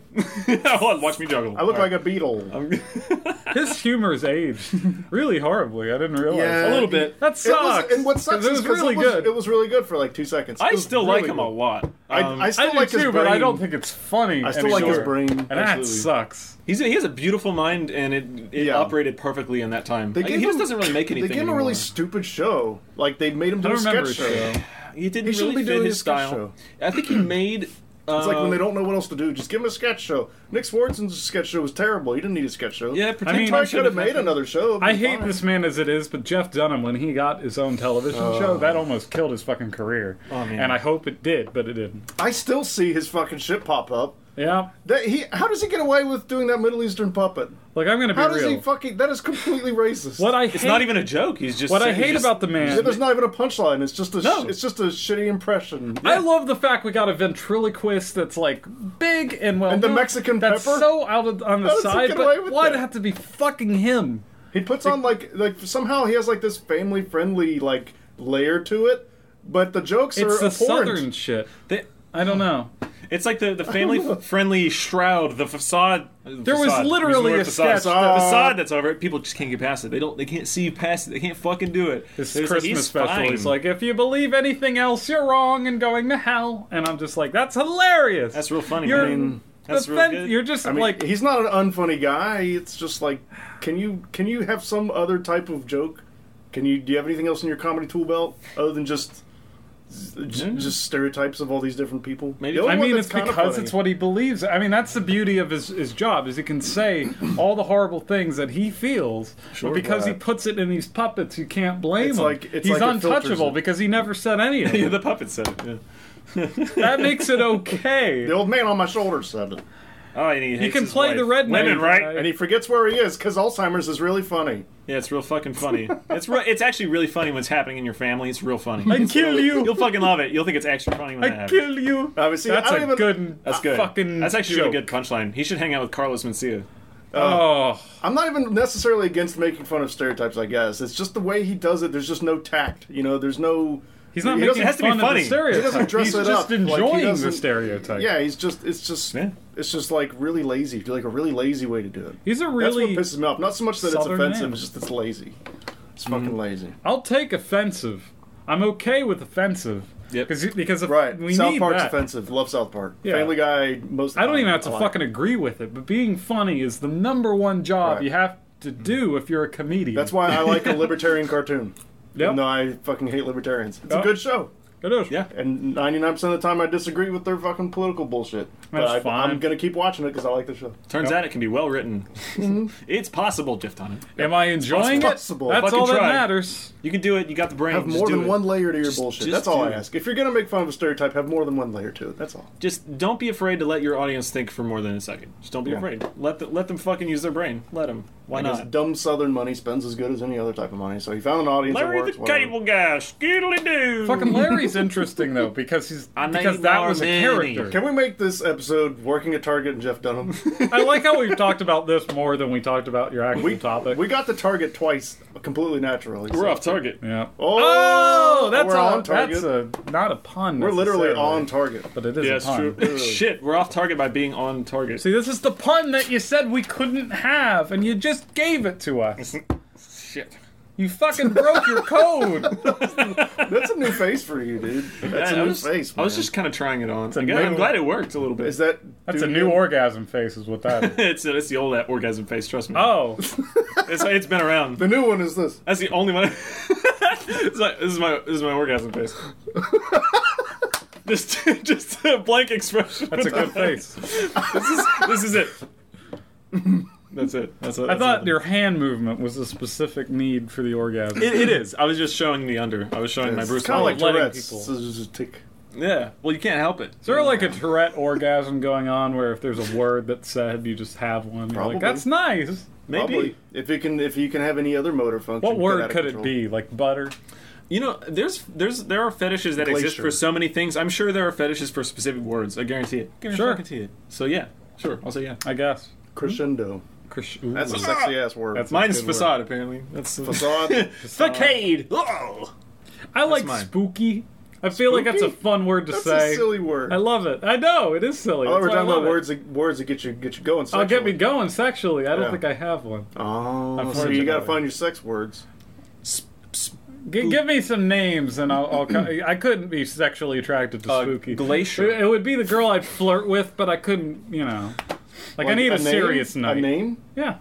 S6: Hold on, Watch me juggle.
S5: I look like a beetle.
S2: His humor is aged really horribly. I didn't realize.
S5: Yeah.
S2: that.
S6: a little bit.
S2: That
S5: It was-
S2: sucks.
S5: and what sucks
S2: 'cause it
S5: is
S2: was
S5: 'cause
S2: really
S5: it was,
S2: good.
S5: It was really good for like two seconds. It
S6: I
S5: was
S6: still
S5: really
S6: like him
S5: good.
S6: a lot. Um,
S5: I, I still
S2: I do
S5: like
S2: too,
S5: his brain.
S2: but I don't think it's funny.
S5: I still like his
S2: anymore.
S5: brain.
S2: And that
S6: Absolutely.
S2: sucks.
S6: He's a, he has a beautiful mind, and it, it
S5: Yeah.
S6: operated perfectly in that time.
S5: They
S6: Like,
S5: gave
S6: he just
S5: him-
S6: doesn't really make
S5: They
S6: anything.
S5: gave him a
S6: anymore.
S5: really stupid show. Like they made him do
S2: I
S5: a
S2: don't remember
S5: sketch show.
S2: his show.
S6: he didn't
S5: he shouldn't
S6: really
S5: be
S6: fit
S5: doing
S6: his
S5: a sketch
S6: style.
S5: show.
S6: I think he made. Uh,
S5: It's like when they don't know what else to do, just give him a sketch show. Nick Swartzen's sketch show was terrible. He didn't need a sketch show.
S6: Yeah,
S5: I
S6: pretend
S5: mean,
S6: time
S5: I could have made another show. It'd
S2: I
S5: be
S2: hate
S5: fine.
S2: this man as it is, but Jeff Dunham, when he got his own television show, that almost killed his fucking career.
S6: man.
S2: And I hope it did, but it didn't.
S5: I still see his fucking shit pop up.
S2: Yeah.
S5: That he, how does he get away with doing that Middle Eastern puppet?
S2: Like I'm gonna be
S5: How does
S2: real.
S5: he fucking? That is completely racist.
S2: what I
S6: It's
S2: hate,
S6: not even a joke. He's just
S2: what I
S6: he's
S2: hate
S6: just-
S2: about the man.
S5: Yeah, there's not even a punchline. It's just a. sh-
S6: No.
S5: It's just a shitty impression.
S2: I love the fact we got a ventriloquist that's like big and well.
S5: And the
S2: known.
S5: Mexican
S2: that's
S5: pepper?
S2: so out of, on the
S5: How does he
S2: side.
S5: get away
S2: But
S5: with
S2: why'd
S5: that?
S2: it have to be fucking him?
S5: He puts on like like somehow he has like this family friendly like layer to it, but the jokes
S2: It's
S5: are
S2: the
S5: abhorrent.
S2: southern shit.
S6: the-
S2: I don't know.
S6: It's like the, the family friendly shroud, the facade.
S2: There was literally a
S6: facade.
S2: sketch uh,
S6: The
S2: that-
S6: facade that's over it. People just can't get past it. They don't. They can't see past it. They can't fucking do it.
S2: This
S6: They're just like,
S2: Christmas
S6: "He's
S2: special.
S6: fine."
S2: He's like, if you believe anything else, you're wrong and going to hell. And I'm just like, that's hilarious.
S6: that's real funny.
S2: You're,
S6: I mean, that's real
S2: offen-
S6: good.
S2: you're just
S5: I mean,
S2: like,
S5: he's not an unfunny guy. It's just like, can you can you have some other type of joke? Can you do you have anything else in your comedy tool belt other than just j- just stereotypes of all these different people?
S6: Maybe-
S5: The only
S2: I
S5: one
S2: mean,
S5: that's
S2: Mm. it's
S5: kinda
S2: because
S5: funny-
S2: it's what he believes. I mean, that's the beauty of his, his job is he can say all the horrible things that he feels, but because he
S5: but-
S2: puts it in these puppets, you can't blame
S5: It's
S2: him.
S5: like- it's
S2: He's
S5: like it filters
S2: untouchable
S5: it.
S2: because he never said any of
S6: Yeah,
S2: it.
S6: the puppet said it. Yeah.
S2: that makes it okay.
S5: the old man on my shoulder said it,
S6: Oh, and he, hates
S2: can
S6: his
S2: play
S6: wife.
S2: the redneck
S6: Women, right?
S2: guy.
S5: and he forgets where he is because Alzheimer's is really funny.
S6: Yeah, it's real fucking funny. it's re- it's actually really funny when it's happening in your family. It's real funny.
S2: I kill
S6: You'll
S2: you.
S6: fucking love it. You'll think it's extra funny when that
S2: I
S6: happens.
S2: kill you.
S5: I mean, see,
S2: That's
S5: I
S2: a
S5: don't even,
S2: good. uh,
S6: That's good.
S2: Fucking.
S6: That's actually a
S2: joke.
S6: really good punchline. He should hang out with Carlos Mencia.
S2: Oh,
S5: I'm not even necessarily against making fun of stereotypes. I guess it's just the way he does it. There's just no tact. You know, there's no.
S2: he's not
S5: he
S2: making
S5: doesn't-
S6: has to be
S2: fun
S6: funny.
S2: of
S6: He
S2: the
S6: doesn't
S2: stereotype.
S5: dress
S2: he's
S5: it
S2: just
S5: up. Like, he
S2: enjoying the
S5: doesn't-
S2: stereotype.
S5: Yeah, he's just it's just
S6: Yeah.
S5: it's just like really lazy, like a really lazy way to do it.
S2: he's a
S5: That's
S2: really.
S5: what pisses me off. Not so much that it's
S2: Southern
S5: offensive,
S2: man.
S5: it's just it's lazy. It's fucking lazy.
S2: I'll take offensive. I'm okay with offensive.
S6: Yep.
S2: Because because
S5: Right.
S2: we
S5: South
S2: need
S5: Park's
S2: that.
S5: offensive. Love South Park.
S2: Yeah.
S5: Family Guy. Most. of
S2: I don't
S5: the
S2: even
S5: time,
S2: have to
S5: I like.
S2: fucking agree with it, but being funny is the number one job
S5: Right.
S2: you have to do if you're a comedian.
S5: That's why I like a libertarian cartoon.
S2: Yep.
S5: No, I fucking hate libertarians. It's
S2: Yeah.
S5: a good show,
S2: it is.
S6: Yeah.
S5: and 99 percent of the time I disagree with their fucking political bullshit. but
S2: That's
S5: I,
S2: fine.
S5: I'm gonna keep watching it because I like the show.
S6: Turns out it can be well written.
S5: Mm-hmm.
S6: it's possible, Jeff Dunham.
S2: Am I enjoying
S5: It's
S2: it?
S5: possible.
S2: That's
S6: Fucking
S2: all that
S6: try.
S2: matters.
S6: You can do it. You got the brain.
S5: Have
S6: Just
S5: more
S6: do
S5: than
S6: it.
S5: one layer to your
S6: Just-
S5: bullshit.
S6: just
S5: That's all
S6: do
S5: I
S6: it.
S5: ask. If you're gonna make fun of a stereotype, have more than one layer to it. That's all.
S6: Just don't be afraid to let your audience think for more than a second. Just don't be
S5: Yeah.
S6: afraid. Let the, let them fucking use their brain. Let them. Why
S5: Because
S6: not?
S5: dumb Southern money spends as good as any other type of money. So he found an audience. that
S6: Larry
S5: works,
S6: the
S5: whatever.
S6: Cable Guy, skiddly doo.
S2: Fucking Larry's interesting though because he's
S6: I need
S2: because that
S6: more
S2: was a
S6: money.
S2: character.
S5: Can we make this episode working at Target and Jeff Dunham?
S2: I like how we've talked about this more than we talked about your actual
S5: We
S2: topic.
S5: We got the Target twice, completely naturally.
S6: We're
S5: so-
S6: off target.
S2: yeah.
S5: Oh,
S2: Oh, that's
S5: we're
S2: a,
S5: on target.
S2: That's a, not a pun.
S5: We're literally
S2: necessarily,
S5: on target.
S2: but it is
S6: Yeah,
S2: a
S6: it's
S2: pun.
S6: true. Shit, we're off target by being on target.
S2: See, this is the pun that you said we couldn't have, and you just gave it to us.
S6: shit.
S2: You fucking broke your code.
S5: That's a new face for you, dude. That's
S6: Yeah,
S5: a
S6: I
S5: new
S6: was,
S5: face.
S6: I was
S5: man.
S6: just kind of trying it on. I
S2: a
S6: guess-
S2: new-
S6: I'm glad it worked a little bit.
S5: Is that?
S2: That's a
S5: dude
S2: new
S5: good?
S2: orgasm face, is what that is.
S6: it's, it's the old orgasm face. Trust me.
S2: Oh,
S6: It's, it's been around.
S5: The new one is this.
S6: That's the only one. It's like- this is my this is my orgasm face. just just a blank expression.
S2: that's a good face.
S6: This is this is it. That's it. That's it.
S2: I thought your hand movement was a specific need for the orgasm.
S6: it, it is. I was just showing the under. I was showing my Bruce.
S5: It's kind of like
S6: Wayne.
S2: letting
S5: Tourette's.
S2: people-
S5: So it's just a tick.
S6: yeah. Well, you can't help it.
S2: Is there like a Tourette orgasm going on where if there's a word that's said, you just have one? You're
S5: Probably.
S2: like, that's nice.
S6: Maybe
S5: Probably. If you can, if you can have any other motor function.
S2: What
S5: get out
S2: word
S5: of
S2: could it
S5: control.
S2: be? Like butter?
S6: you know. There's there's there are fetishes that exist
S5: Glacier.
S6: for so many things. I'm sure there are fetishes for specific words. I guarantee it. Guarantee
S2: Sure.
S6: it. So yeah. Sure. I'll say yeah.
S2: I guess.
S5: Crescendo.
S2: Krish-
S5: That's
S2: ooh.
S5: a sexy ass word.
S2: Hmm? That's
S6: Mine's
S2: Good word.
S6: facade apparently. That's
S5: facade.
S6: facade. Oh.
S2: I like
S6: mine.
S2: spooky. I feel like that's a
S5: Spooky?
S2: fun word to
S5: That's
S2: say.
S5: a silly word.
S2: I love it. I know it is silly.
S5: Oh,
S2: That's
S5: we're
S2: why I
S5: talking about
S2: love it.
S5: words that, words that get you get you going.
S2: I'll get me
S5: sexually.
S2: going sexually. I don't
S5: Yeah.
S2: think I have one.
S5: Oh, so
S2: Unfortunately.
S5: you got to find your sex words.
S2: G- give me some names, and I'll. I'll co- I couldn't be sexually attracted to
S6: Uh,
S2: Spooky.
S6: glacier.
S2: It it would be the girl I'd flirt with, but I couldn't. You know, like, I
S5: Like
S2: need a,
S5: name?
S2: serious night.
S5: A name?
S2: Yeah,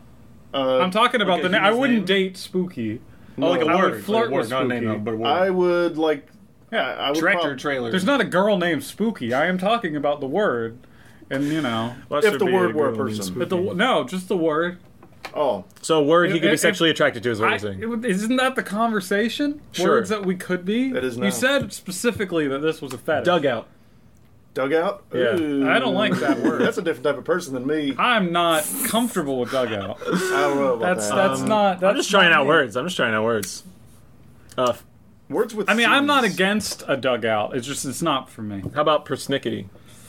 S5: Uh,
S2: I'm talking about
S6: a
S2: the name. I
S6: human's
S2: wouldn't
S6: name?
S2: date Spooky.
S6: Oh, like a
S2: I
S6: word.
S2: would flirt
S6: like a word,
S2: with
S6: not a name,
S2: spooky.
S6: no, but a word.
S5: I would like.
S2: Yeah.
S5: I would
S6: Tractor
S5: prob-
S6: trailer.
S2: There's not a girl named Spooky. I am talking about the word, and you know,
S5: If the word were a person.
S2: but the no, just the word.
S5: Oh,
S9: So a word he could
S2: If-
S9: be
S2: if-
S9: sexually attracted to is what
S2: I,
S9: you're saying.
S2: it- isn't that the conversation?
S9: Sure.
S2: Words that we could be.
S5: It is now.
S2: You said specifically that this was a fetish.
S9: Dugout.
S5: Dugout?
S2: Yeah.
S5: Ooh.
S2: I don't like that word.
S5: That's a different type of person than me. I
S2: I'm not comfortable with dugout.
S5: don't know about
S2: That's
S5: that. Um,
S2: that's not. That's
S6: Um, I'm just trying
S2: not
S6: out
S2: me.
S6: words. I'm just trying out words. Uh,
S5: Words with
S2: I mean, I'm not
S5: Cs.
S2: against a dugout. It's just it's not for me.
S6: how about persnickety?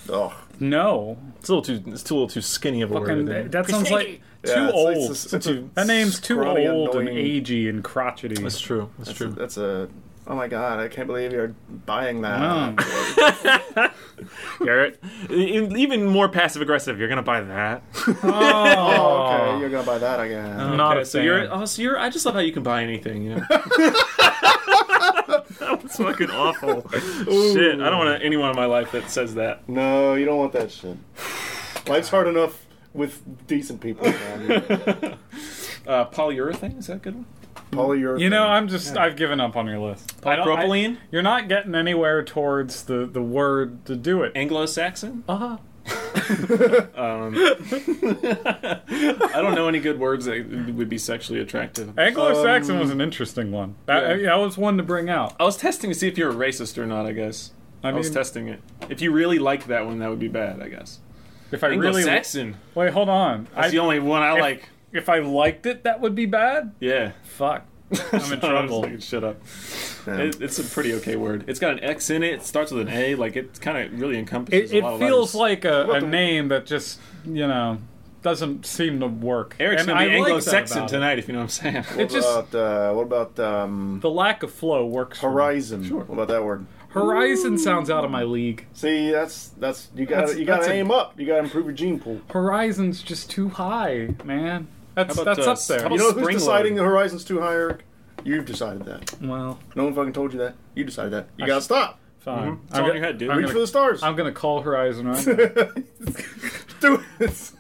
S5: Oh,
S2: No,
S6: It's a little too. It's a little too skinny of a
S2: fucking
S6: word. I think.
S2: that sounds like too
S5: yeah, it's-
S2: old.
S5: It's, it's, it's a
S2: that name's too
S5: scrawny,
S2: old and
S5: annoying-
S2: agey and crotchety.
S6: That's true. That's, true.
S5: That's a. Oh my god! I can't believe you're buying that.
S2: Oh.
S6: Garrett, e- even more passive aggressive. You're gonna buy that.
S5: Oh, okay, you're gonna buy that again.
S2: Not
S6: Okay,
S2: a
S6: so
S2: fan.
S6: you're. Oh, so you're. I just love how you can buy anything. You know. that was fucking awful. Shit. I don't want anyone in my life that says that.
S5: No, you don't want that shit. Life's hard enough with decent people. Man.
S6: Uh, polyurethane is that a good one?
S5: Polyurethane.
S2: You know, I'm just I've given up on your list. I don't- I-
S6: Propylene?
S2: you're not getting anywhere towards the the word to do it.
S6: Anglo-Saxon. Um,
S2: Uh-huh.
S6: I don't know any good words that would be sexually attractive.
S2: Anglo-Saxon was an interesting one. That,
S6: yeah.
S2: that was one to bring out.
S6: I was testing to see if you're a racist or not. I guess
S2: I
S6: I
S2: mean,
S6: was testing it. If you really like that one, that would be bad. I guess.
S2: if I really
S6: Anglo-Saxon.
S2: wait, hold on.
S6: That's the
S2: I,
S6: only one I like.
S2: if I liked it, that would be bad.
S6: Yeah.
S2: Fuck, I'm in
S6: Just
S2: trouble.
S6: like, Shut up.
S5: Yeah.
S6: It, it's a pretty okay word. It's got an X in it. It starts with an A. Like it kind of really encompasses.
S2: It,
S6: a lot
S2: it
S6: of
S2: feels
S6: letters.
S2: like a, a name that just you know doesn't seem to work.
S6: Eric's
S2: And
S6: gonna
S2: I
S6: be
S2: like that
S6: Anglo-Saxon
S2: about it.
S6: tonight, if you know what I'm saying.
S5: what
S2: it's just-
S5: about uh, what about um,
S2: The lack of flow works. for me.
S5: horizon? What about that word?
S2: Horizon sounds out of my league.
S5: See, that's that's you got
S2: That's-
S5: to you got
S2: that's
S5: to
S2: a-
S5: aim up. You got to improve your gene pool.
S2: Horizon's just too high, man. That's
S6: How about,
S2: that's
S6: uh,
S2: up there.
S6: how
S5: You
S6: about-
S5: know who's
S6: Spring
S5: deciding
S6: loading.
S5: the horizon's too high, Eric? You've decided that.
S2: well,
S5: No one fucking told you that. You decided that. You
S2: I
S5: gotta
S2: should-
S5: stop.
S2: fine.
S6: Mm-hmm. It's all in your head, dude.
S2: I'm
S5: Reach
S2: gonna-
S5: for the stars.
S2: I'm gonna call Horizon right now.
S5: Do it.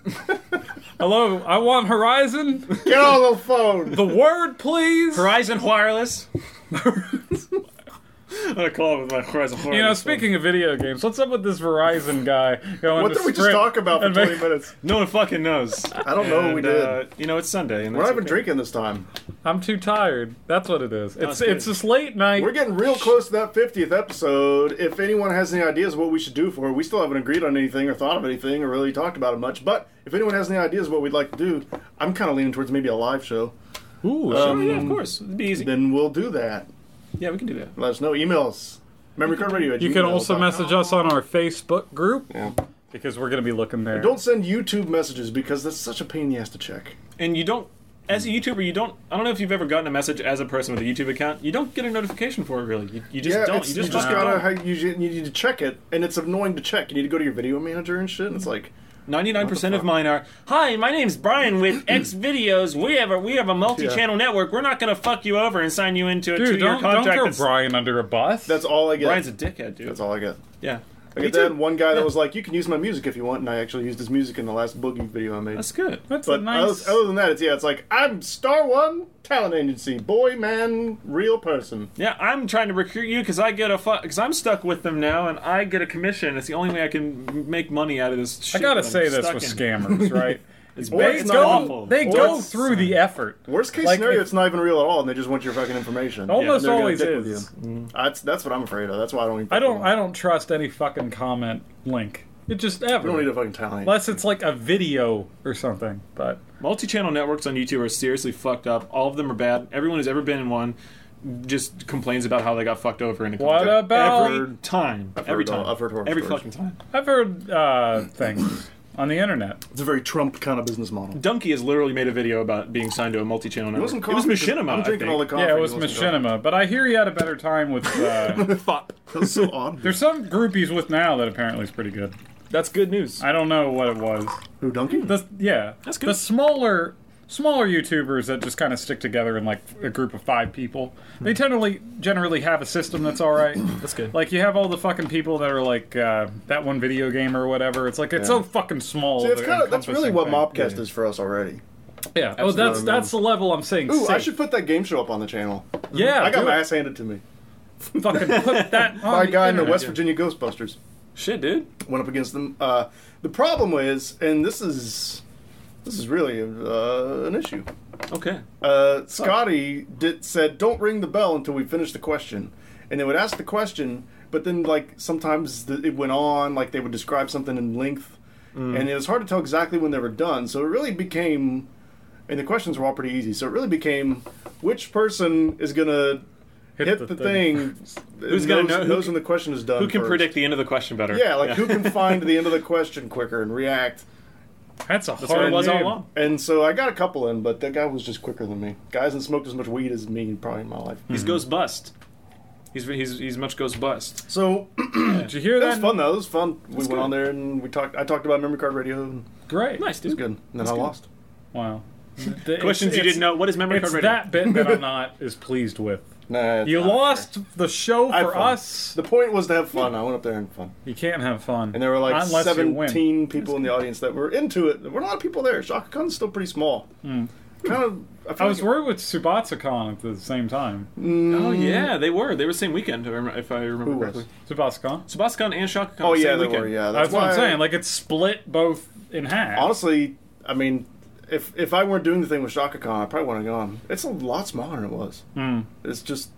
S2: Hello, I want Horizon.
S5: Get on the phone.
S2: The word, please.
S6: Horizon Wireless. I'm gonna call it with my Horizon Wireless.
S2: You know, speaking of video games, what's up with this Verizon guy going
S5: What
S2: to
S5: did we just
S2: Sprint
S5: talk about for
S2: and make-
S5: 20 minutes?
S6: no one fucking knows.
S5: I don't know. we
S6: And,
S5: did.
S6: Uh, you know, it's Sunday. And
S5: We're not
S6: that's
S5: even
S6: okay.
S5: drinking this time.
S2: I'm too tired. That's what it is. It's
S6: it's good.
S2: it's this late night.
S5: We're getting real close to that 50th episode. If anyone has any ideas what we should do for it, we still haven't agreed on anything or thought of anything or really talked about it much. But if anyone has any ideas what we'd like to do, I'm kind of leaning towards maybe a live show.
S2: Ooh,
S6: Oh, yeah, of course. It'd be easy.
S5: Then we'll do that.
S6: Yeah, we can do that.
S5: Let us know. Emails. Memory card radio.
S2: you can also message us on our Facebook group
S5: Yeah.
S2: because we're gonna be looking there.
S5: Don't send YouTube messages because that's such a pain in the ass to check.
S6: And you don't, as a YouTuber, you don't. I don't know if you've ever gotten a message as a person with a YouTube account. You don't get a notification for it, really. You, you just
S5: Yeah,
S6: don't.
S5: it's-
S6: You just,
S5: you just
S6: don't.
S5: gotta how you, you need to check it, and it's annoying to check. You need to go to your video manager and shit. And it's like,
S6: 99% of mine are hi my name's brian with x videos we have a we have a multi-channel network we're not gonna fuck you over and sign you into a
S2: Dude,
S6: two-year
S2: don't, don't
S6: contract
S2: throw
S6: that's-
S2: Brian under a bus.
S5: that's all I get.
S6: brian's a dickhead dude
S5: that's all I get.
S6: yeah
S5: I
S6: Me
S5: get
S6: too.
S5: that and one guy that was like, "You can use my music if you want," and I actually used his music in the last boogie video I made.
S6: that's good
S2: That's
S5: but
S2: a nice.
S5: oth- other than that, it's yeah, it's like I'm Star One Talent Agency, boy, man, real person.
S6: yeah i'm trying to recruit you because i get a fuck because i'm stuck with them now and i get a commission it's the only way i can m- make money out of this shit
S2: I gotta
S6: that I'm
S2: say this
S6: stuck
S2: with
S6: in.
S2: scammers, right?
S6: it's,
S5: Or
S6: bad.
S5: it's
S6: it's
S5: not-
S6: awful
S2: They
S5: Or
S2: go
S5: it's-
S2: through the effort.
S5: Worst case
S2: Like,
S5: scenario,
S2: if-
S5: it's not even real at all, and they just want your fucking information.
S2: Almost
S5: And they're gonna
S2: always
S5: dick with you.
S2: is.
S5: That's that's what I'm afraid of. That's why I don't. Even
S2: I don't. I don't trust any fucking comment link. It just ever.
S5: don't need a fucking talent.
S2: Unless it's like a video or something. But
S6: multi-channel networks on youtube are seriously fucked up all of them are bad everyone who's ever been in one just complains about how they got fucked over in a
S2: what
S6: contract.
S2: about?
S6: every time. every
S5: heard all-
S6: time.
S5: I've heard horror
S6: every
S5: stories.
S6: fucking time.
S2: I've heard uh, things on the internet.
S5: It's a very Trump kind of business model.
S6: Dunky has literally made a video about being signed to a multi-channel network.
S5: wasn't
S6: it was
S5: coffee, 'cause
S6: Machinima.
S5: I'm drinking
S6: I think.
S5: all the coffee.
S2: yeah, it was
S5: wasn't
S2: machinima, but I hear he had a better time with. Uh,
S6: Fuck.
S5: coffee. That was so odd.
S2: there's some group he's with now that apparently is pretty good.
S6: That's good news.
S2: I don't know what it was.
S5: Who Duncan?
S2: The yeah,
S6: That's good.
S2: The smaller smaller YouTubers that just kind of stick together in like a group of five people, they
S6: Hmm.
S2: generally generally have a system that's all right.
S6: That's good.
S2: Like you have all the fucking people that are like uh, that one video game or whatever. It's like it's so fucking small.
S5: See, that's
S2: the
S5: kind of that's really
S2: encompassing
S5: what
S2: thing.
S5: Mobcast is for us already.
S2: Yeah. Oh, that's
S5: Absolutely.
S2: that's the level I'm saying.
S5: Ooh, I
S2: safe.
S5: should put that game show up on the channel.
S2: Yeah,
S5: I got
S2: do
S5: my
S2: it.
S5: ass handed to me
S2: fucking put that on
S5: by a
S2: the
S5: guy in the
S2: internet.
S5: West Virginia Ghostbusters.
S6: Shit, dude.
S5: Went up against them. Uh, the problem is, and this is this is really uh, an issue.
S6: Okay.
S5: Uh, Scotty did, said, "Don't ring the bell until we finish the question," and they would ask the question, But then, like sometimes the, it went on, like they would describe something in length, and it was hard to tell exactly when they were done. So it really became, and the questions were all pretty easy. So it really became, which person is gonna hit,
S2: the
S5: the,
S2: thing.
S5: thing?
S6: Who's gonna
S5: knows,
S6: know- who
S5: knows
S6: can-
S5: when the question is done?
S6: Who can
S5: first.
S6: predict the end of the question better?
S5: Yeah, like who can find the end of the question quicker and react?
S2: That's a
S6: what
S2: hard
S6: it was all
S2: game.
S6: along.
S5: And so I got a couple in, but that guy was just quicker than me. Guys and smoked as much weed as me probably in my life.
S6: He's ghost bust. He's he's he's much ghost bust.
S5: So
S2: Did you hear
S5: It was
S2: that?
S5: fun though. It was fun. we went
S6: good.
S5: on there and we talked. I talked about memory card radio. And
S2: Great.
S6: Nice
S5: it was
S6: dude.
S5: good. And then I lost.
S2: Wow. The-
S6: Questions
S2: it's-
S6: you didn't know. What is memory
S2: It's,
S6: card
S2: it's
S6: radio?
S2: that bit that I'm not as pleased with.
S5: Nah, it's
S2: You
S5: not
S2: lost the show
S5: fair. I had
S2: for
S5: fun.
S2: us.
S5: The point was to have fun. I went up there and had fun.
S2: You can't have fun.
S5: And there were like
S2: Unless you win.
S5: seventeen people in the audience that were into it. There weren't a lot of people there. Shaka Khan's still pretty small. Kind of. I, feel
S2: Hmm. I was
S5: like,
S2: worried with Subatsukan at the same time.
S6: Oh yeah, they were. They were the same weekend, if I remember- if I remember
S5: Who was?
S6: correctly.
S2: Subatsukan.
S6: Sabaskan and Shaka Khan.
S5: Oh
S6: the
S5: yeah,
S6: same
S5: they
S6: weekend.
S5: were. Yeah,
S2: That's, what I'm
S5: why-
S2: saying. Like it's split both in half.
S5: honestly, I mean, if if I weren't doing the thing with Shaka Khan, I probably wouldn't have gone. It's a lot smaller than it was.
S2: Hmm.
S5: It's just,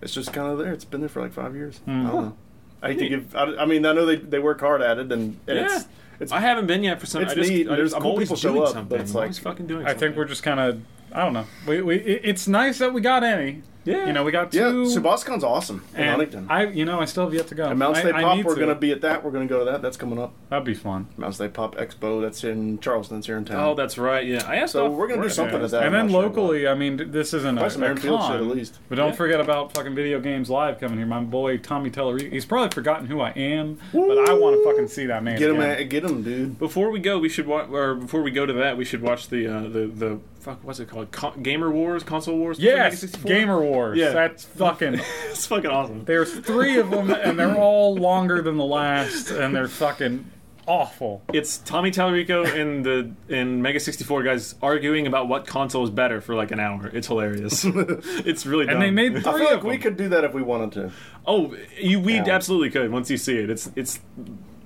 S5: it's just kind of there. It's been there for like five years.
S2: Hmm.
S5: I don't know. I hate to give. I, I mean, I know they, they work hard at it, and, and it's it's
S6: I haven't been yet for some.
S5: It's
S6: I just,
S5: neat, and
S6: I,
S5: there's
S6: I'm
S5: cool
S6: always
S5: people show
S6: doing
S5: up,
S6: something.
S5: but it's
S6: I'm
S5: like-
S6: always fucking doing.
S2: I
S6: something.
S2: think we're just kind of. I don't know. We, we it- it's nice that we got any.
S6: Yeah.
S2: You know, we got
S5: yeah.
S2: two.
S5: Subascon's awesome in
S2: and
S5: Huntington.
S2: I you know I still have yet to go.
S5: At Mount
S2: I-
S5: State
S2: I
S5: Pop,
S2: need
S5: we're
S2: to.
S5: going to be at that. We're going to go to that. That's coming up.
S2: That'd be fun.
S5: Mount State Pop Expo. That's in Charleston. That's here in
S6: Oh,
S5: town.
S6: that's right. Yeah, I asked.
S5: so
S6: off-
S5: we're going to do something at
S2: and
S5: that. I'm
S2: then
S5: not sure
S2: locally, I mean, d- this isn't a,
S5: Probably some
S2: a
S5: Aaron Field shit,
S2: con,
S5: at least.
S2: But don't
S6: Yeah.
S2: forget about fucking video games live coming here. My boy Tommy Teller, he's probably forgotten who I am, but I want to fucking see that man.
S5: Get him,
S2: again.
S5: at, get him, dude.
S6: Before we go, we should watch. Or before we go to that, we should watch the uh, the the fuck. What's it called? Con- Gamer Wars, Console Wars.
S2: Yes,
S6: 64?
S2: Gamer Wars.
S6: Yeah.
S2: That's fucking.
S6: It's fucking awesome.
S2: There's three of them, and they're all longer than the last, and they're fucking awful.
S6: It's Tommy Tallarico and the and Mega sixty four guys arguing about what console is better for like an hour. It's hilarious. it's really. Dumb.
S2: And they made three
S5: I feel
S2: of
S5: like
S2: them.
S5: we could do that if we wanted to.
S6: Oh, you we
S5: Yeah.
S6: absolutely could once you see it. It's it's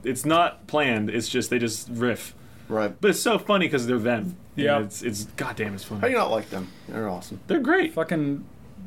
S6: it's not planned. It's just they just riff.
S5: Right.
S6: But it's so funny because they're them. And
S2: Yeah.
S6: it's it's goddamn it's
S5: How do
S6: funny.
S5: you not like them? They're awesome.
S6: They're great.
S2: fucking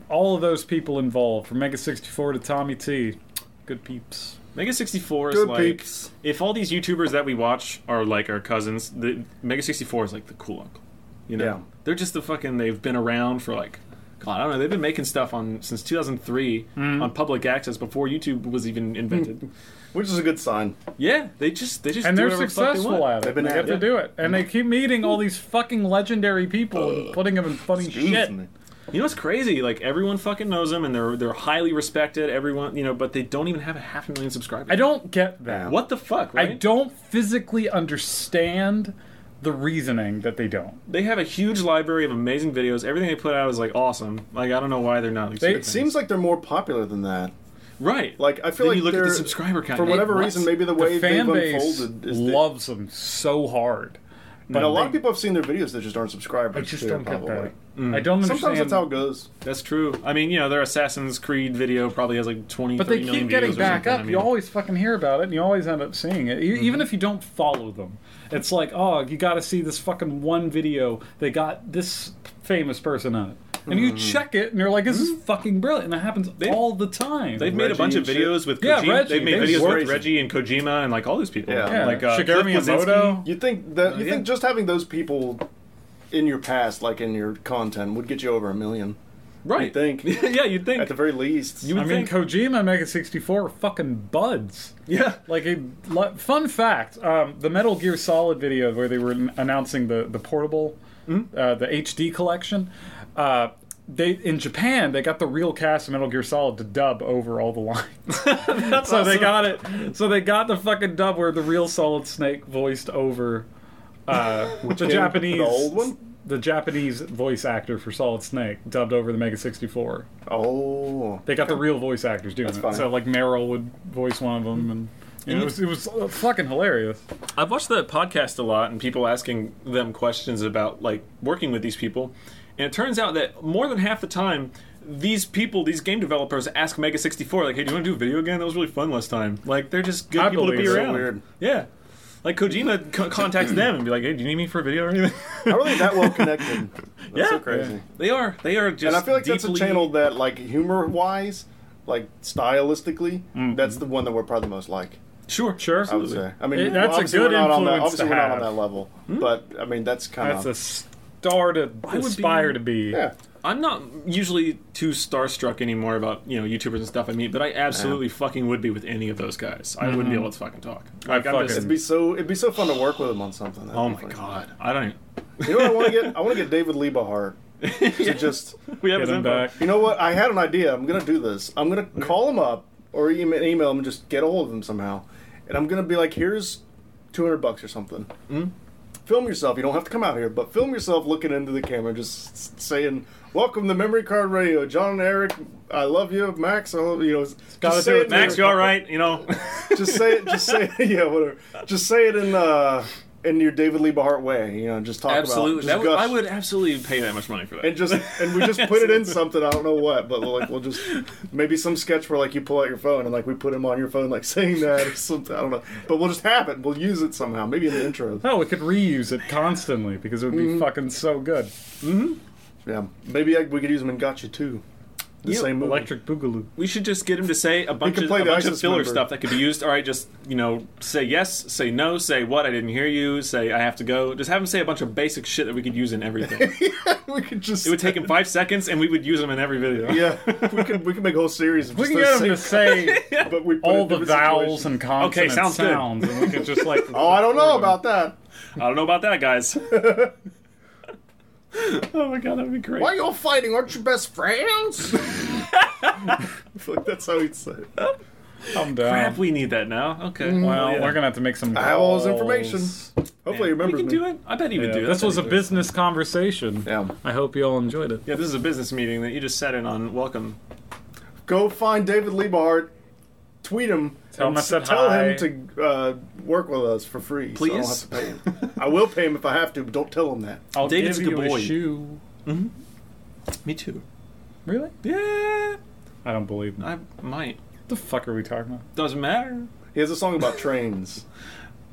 S2: all of those people involved, from Mega 64 to Tommy T. Good peeps.
S6: Mega sixty four is
S5: Good
S6: like
S5: peeps.
S6: if all these YouTubers that we watch are like our cousins, the Mega sixty four is like the cool uncle. You know,
S5: Yeah.
S6: they're just the fucking. They've been around for like. God, I don't know. They've been making stuff on since 2003
S2: Mm-hmm.
S6: on public access before YouTube was even
S5: Mm.
S6: invented.
S5: Which is a good sign.
S6: yeah, they just they just
S2: and
S6: do
S2: they're
S6: whatever the fuck they
S2: successful
S6: want.
S2: at it.
S5: They've been
S2: they
S5: at
S2: get to
S5: it.
S2: do it, and they keep meeting all these fucking legendary people and putting them in funny shit.
S5: Me.
S6: You know what's crazy? Like everyone fucking knows them, and they're they're highly respected. Everyone, you know, but they don't even have a half a million subscribers.
S2: I don't get that.
S6: What the fuck?
S2: I
S6: Right?
S2: don't physically understand the reasoning that they don't.
S6: They have a huge library of amazing videos. Everything they put out is like awesome. Like I don't know why they're not. Like,
S2: They-
S5: It seems like they're more popular than that.
S6: right.
S5: Like I
S6: Then
S5: feel like
S6: you look at the
S5: they're-
S6: subscriber count.
S5: For
S6: Hey,
S5: whatever
S6: what?
S5: reason, maybe the way
S2: The fan
S5: they've
S2: base
S5: unfolded is that-
S2: loves them so hard, but
S5: and a lot of people have seen their videos that just aren't subscribers.
S2: I just
S5: too,
S2: don't get
S5: probably.
S2: that.
S6: Mm.
S2: I don't understand.
S5: Sometimes that's how it goes.
S6: That's true. I mean, you know, their Assassin's Creed video probably has like twenty.
S2: But they
S6: 30 million
S2: keep getting
S6: views or
S2: back
S6: something.
S2: up.
S6: I mean, Mm-hmm.
S2: you always fucking hear about it, and you always end up seeing it, E- even if you don't follow them. It's like, oh, you got to see this fucking one video. They got this famous person on it, and
S6: Mm-hmm.
S2: you check it, and you're like, this is fucking brilliant. And that happens all the time.
S6: They've made a
S5: Reggie
S6: bunch of
S5: and shit.
S6: videos with
S2: Yeah,
S6: Kojima.
S2: Reggie.
S6: They've made
S2: They're
S6: videos with
S5: crazy.
S6: Reggie and Kojima and like all these people.
S5: Yeah.
S2: yeah,
S6: Like uh,
S2: Shigeru
S6: Cliff Blazinski.
S2: Miyamoto.
S5: You think that you
S6: Uh, yeah.
S5: think just having those people in your past, like in your content, would get you over a million
S6: Right.
S5: You'd think.
S6: yeah, you'd think.
S5: at the very least.
S6: you would
S2: I mean,
S6: think.
S2: Kojima and Mega 64 are fucking buds.
S6: yeah.
S2: Like a li- fun fact, um, the Metal Gear Solid video where they were an- announcing the the portable,
S5: Mm-hmm.
S2: uh, the HD collection. Uh, they in Japan they got the real cast of Metal Gear Solid to dub over all the lines. so they got it. So they got the fucking dub where the real Solid Snake voiced over uh, the
S5: came-
S2: Japanese
S5: the old one?
S2: the Japanese voice actor for Solid Snake dubbed over the Mega 64.
S5: oh,
S2: They got the real voice actors doing it.
S5: funny.
S2: So like Meryl would voice one of them, and you know, it was, it was uh, fucking hilarious.
S5: Uh-huh.
S6: I've watched the podcast a lot and people asking them questions about like working with these people. And it turns out that more than half the time, these people, these game developers, ask Mega sixty four, like, "Hey, do you want to do a video again? That was really fun last time." Like, they're just good
S2: I
S6: people to be
S2: believe so.
S6: around.
S5: Weird.
S6: Yeah, like Kojima co- contacts them and be like, "Hey, do you need me for a video or anything?"
S5: I really that well connected. That's
S6: yeah,
S5: so crazy.
S6: They are. They are just.
S5: And I feel like that's a
S6: deeply-
S5: channel that, like humor wise, like stylistically,
S6: Mm-hmm.
S5: that's the one that we're probably most like.
S2: Sure, sure.
S5: I would say. I mean,
S2: It- that's a
S5: obviously
S2: good
S5: we're not on that.
S2: influence to
S5: Obviously, we're not on
S2: have.
S5: that level,
S6: Hmm?
S5: but I mean, that's kind
S2: That's a
S5: of
S2: star to
S6: would
S2: aspire
S6: be-
S2: to be.
S5: yeah.
S6: I'm not usually too starstruck anymore about you know YouTubers and stuff I meet, but I absolutely fucking would be with any of those guys. I
S5: Mm-hmm.
S6: wouldn't be able to fucking talk. Like, I'm just-
S5: It'd be so. It'd be so fun to work with him on something. That'd
S6: oh
S5: be
S6: my
S5: funny.
S6: god, I don't. Even,
S5: You know what I want to get? I want to get David Liebehart to just.
S6: we have
S2: Get
S6: his
S2: him
S6: info.
S2: back.
S5: You know what? I had an idea. I'm gonna do this. I'm gonna call him up or email, email him and just get a hold of him somehow. And I'm gonna be like, here's 200 bucks or something.
S6: Mm-hmm.
S5: Film yourself. You don't have to come out here, but film yourself looking into the camera, just s- saying, "Welcome to Memory Card Radio, John and Eric. I love you, Max. I love you." Know,
S6: Gotta
S5: just
S6: do
S5: say
S6: it,
S5: in
S6: Max. You
S5: your-
S6: all right? You know,
S5: Just say it. Just say it. Yeah, whatever. Just say it in uh, in your David Liebehart way. You know, just talk
S6: absolutely.
S5: about.
S6: that
S5: Just
S6: would, I
S5: gush
S6: would absolutely pay that much money for that.
S5: and just and we just put it in something. I don't know what, but like we'll just maybe some sketch where like you pull out your phone and like we put him on your phone like saying that or something. I don't know, but we'll just have it. We'll use it somehow. Maybe in the intro.
S2: Oh, we could reuse it constantly because it would
S5: Mm-hmm.
S2: be fucking so good.
S5: Yeah, maybe like, we could use him in Gotcha too. The
S6: Yeah,
S5: same movie.
S2: Electric Boogaloo.
S6: we should just get him to say a bunch
S5: can
S6: of,
S5: play
S6: a
S5: the
S6: bunch of
S5: ISIS
S6: filler
S5: member.
S6: stuff that could be used. All right, just you know, say yes, say no, say what I didn't hear you, say I have to go. Just have him say a bunch of basic shit that we could use in everything.
S5: we could just
S6: it would take him five seconds, and we would use him in every video.
S5: yeah. We could we could make a whole series. Of
S2: We
S5: just
S2: can
S5: those
S2: get him to
S5: same-
S2: say
S5: but we put it
S2: all the
S5: in different
S2: vowels
S5: situations.
S2: and consonant
S6: Okay, sounds good.
S2: sounds, and we could just like.
S5: Oh, I don't know about that.
S6: I don't know about that, guys. oh my god, that'd be great.
S5: Why y'all fighting? Aren't you best friends? Like, That's how he'd say. it.
S2: I'm down.
S6: Crap, we need that now. Okay.
S5: Mm-hmm.
S2: Well,
S6: yeah.
S2: we're gonna have to make some.
S5: I have all his
S2: calls.
S5: information. Hopefully, he
S6: we
S5: remembers
S6: can
S5: me.
S6: do it. I bet he would
S2: Yeah,
S6: do it.
S2: this
S6: I bet
S2: was
S6: he
S2: a
S6: would.
S2: business conversation.
S5: Yeah.
S2: I hope you all enjoyed it.
S6: Yeah, this is a business meeting that you just sat in on. Welcome.
S5: go find David Liebhardt, tweet him,
S2: Tell him I
S5: s-
S2: said
S5: tell
S2: hi.
S5: him to uh, work with us for free. so I don't have
S6: Please?
S5: to pay him. I will pay him if I have to, but don't tell him that.
S2: I'll
S6: David's
S2: give
S6: a
S2: you
S6: good
S2: a
S6: boy.
S2: shoe.
S6: Me too.
S2: Really?
S6: Yeah,
S2: I don't believe. What
S6: I might.
S2: the fuck are we talking about?
S6: Doesn't matter.
S5: He has a song about trains.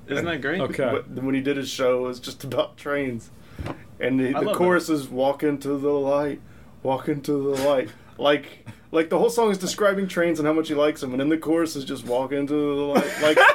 S6: Isn't that great?
S2: Okay.
S5: But when he did his show, it was just about trains, and the,
S6: love
S5: the
S6: that.
S5: chorus is "Walk into the light, walk into the light," like. Like the whole song is describing trains and how much he likes them, and then the chorus is just walk into the light, like,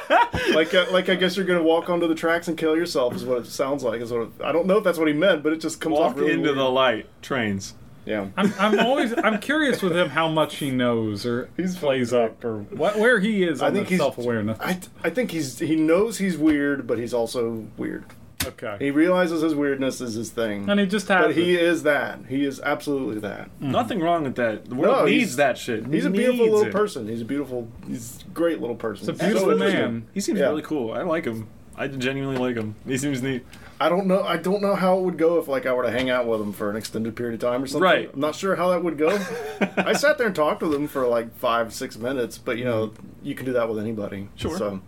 S5: like, uh, like I guess you're gonna walk onto the tracks and kill yourself is what it sounds like. Is what it, I don't know if that's what he meant, but it just comes off
S6: Walk
S5: really
S6: into
S5: weird.
S6: the light. Trains.
S5: yeah.
S2: I'm, I'm always I'm curious with him how much he knows or he plays up or what where he is on
S5: I think
S2: the
S5: he's
S2: self awareness.
S5: I, I think he's he knows he's weird, but he's also weird.
S2: Okay.
S5: He realizes his weirdness is his thing.
S2: and he just has
S5: but he is that. He is absolutely that.
S6: Nothing wrong with that. The
S5: Mm. No,
S6: world
S5: he's-
S6: needs that shit.
S5: He's a beautiful
S6: Needs
S5: little
S6: it.
S5: person. He's a beautiful. He's a great little person.
S2: It's a beautiful
S5: So interesting.
S2: man.
S6: He seems
S5: Yeah.
S6: really cool. I like him. I genuinely like him. He seems neat.
S5: I don't know. I don't know how it would go if like I were to hang out with him for an extended period of time or something.
S6: Right.
S5: I'm not sure how that would go. I sat there and talked with him for like five, six minutes, but you know,
S2: Mm-hmm.
S5: you can do that with anybody.
S6: Sure.
S5: So,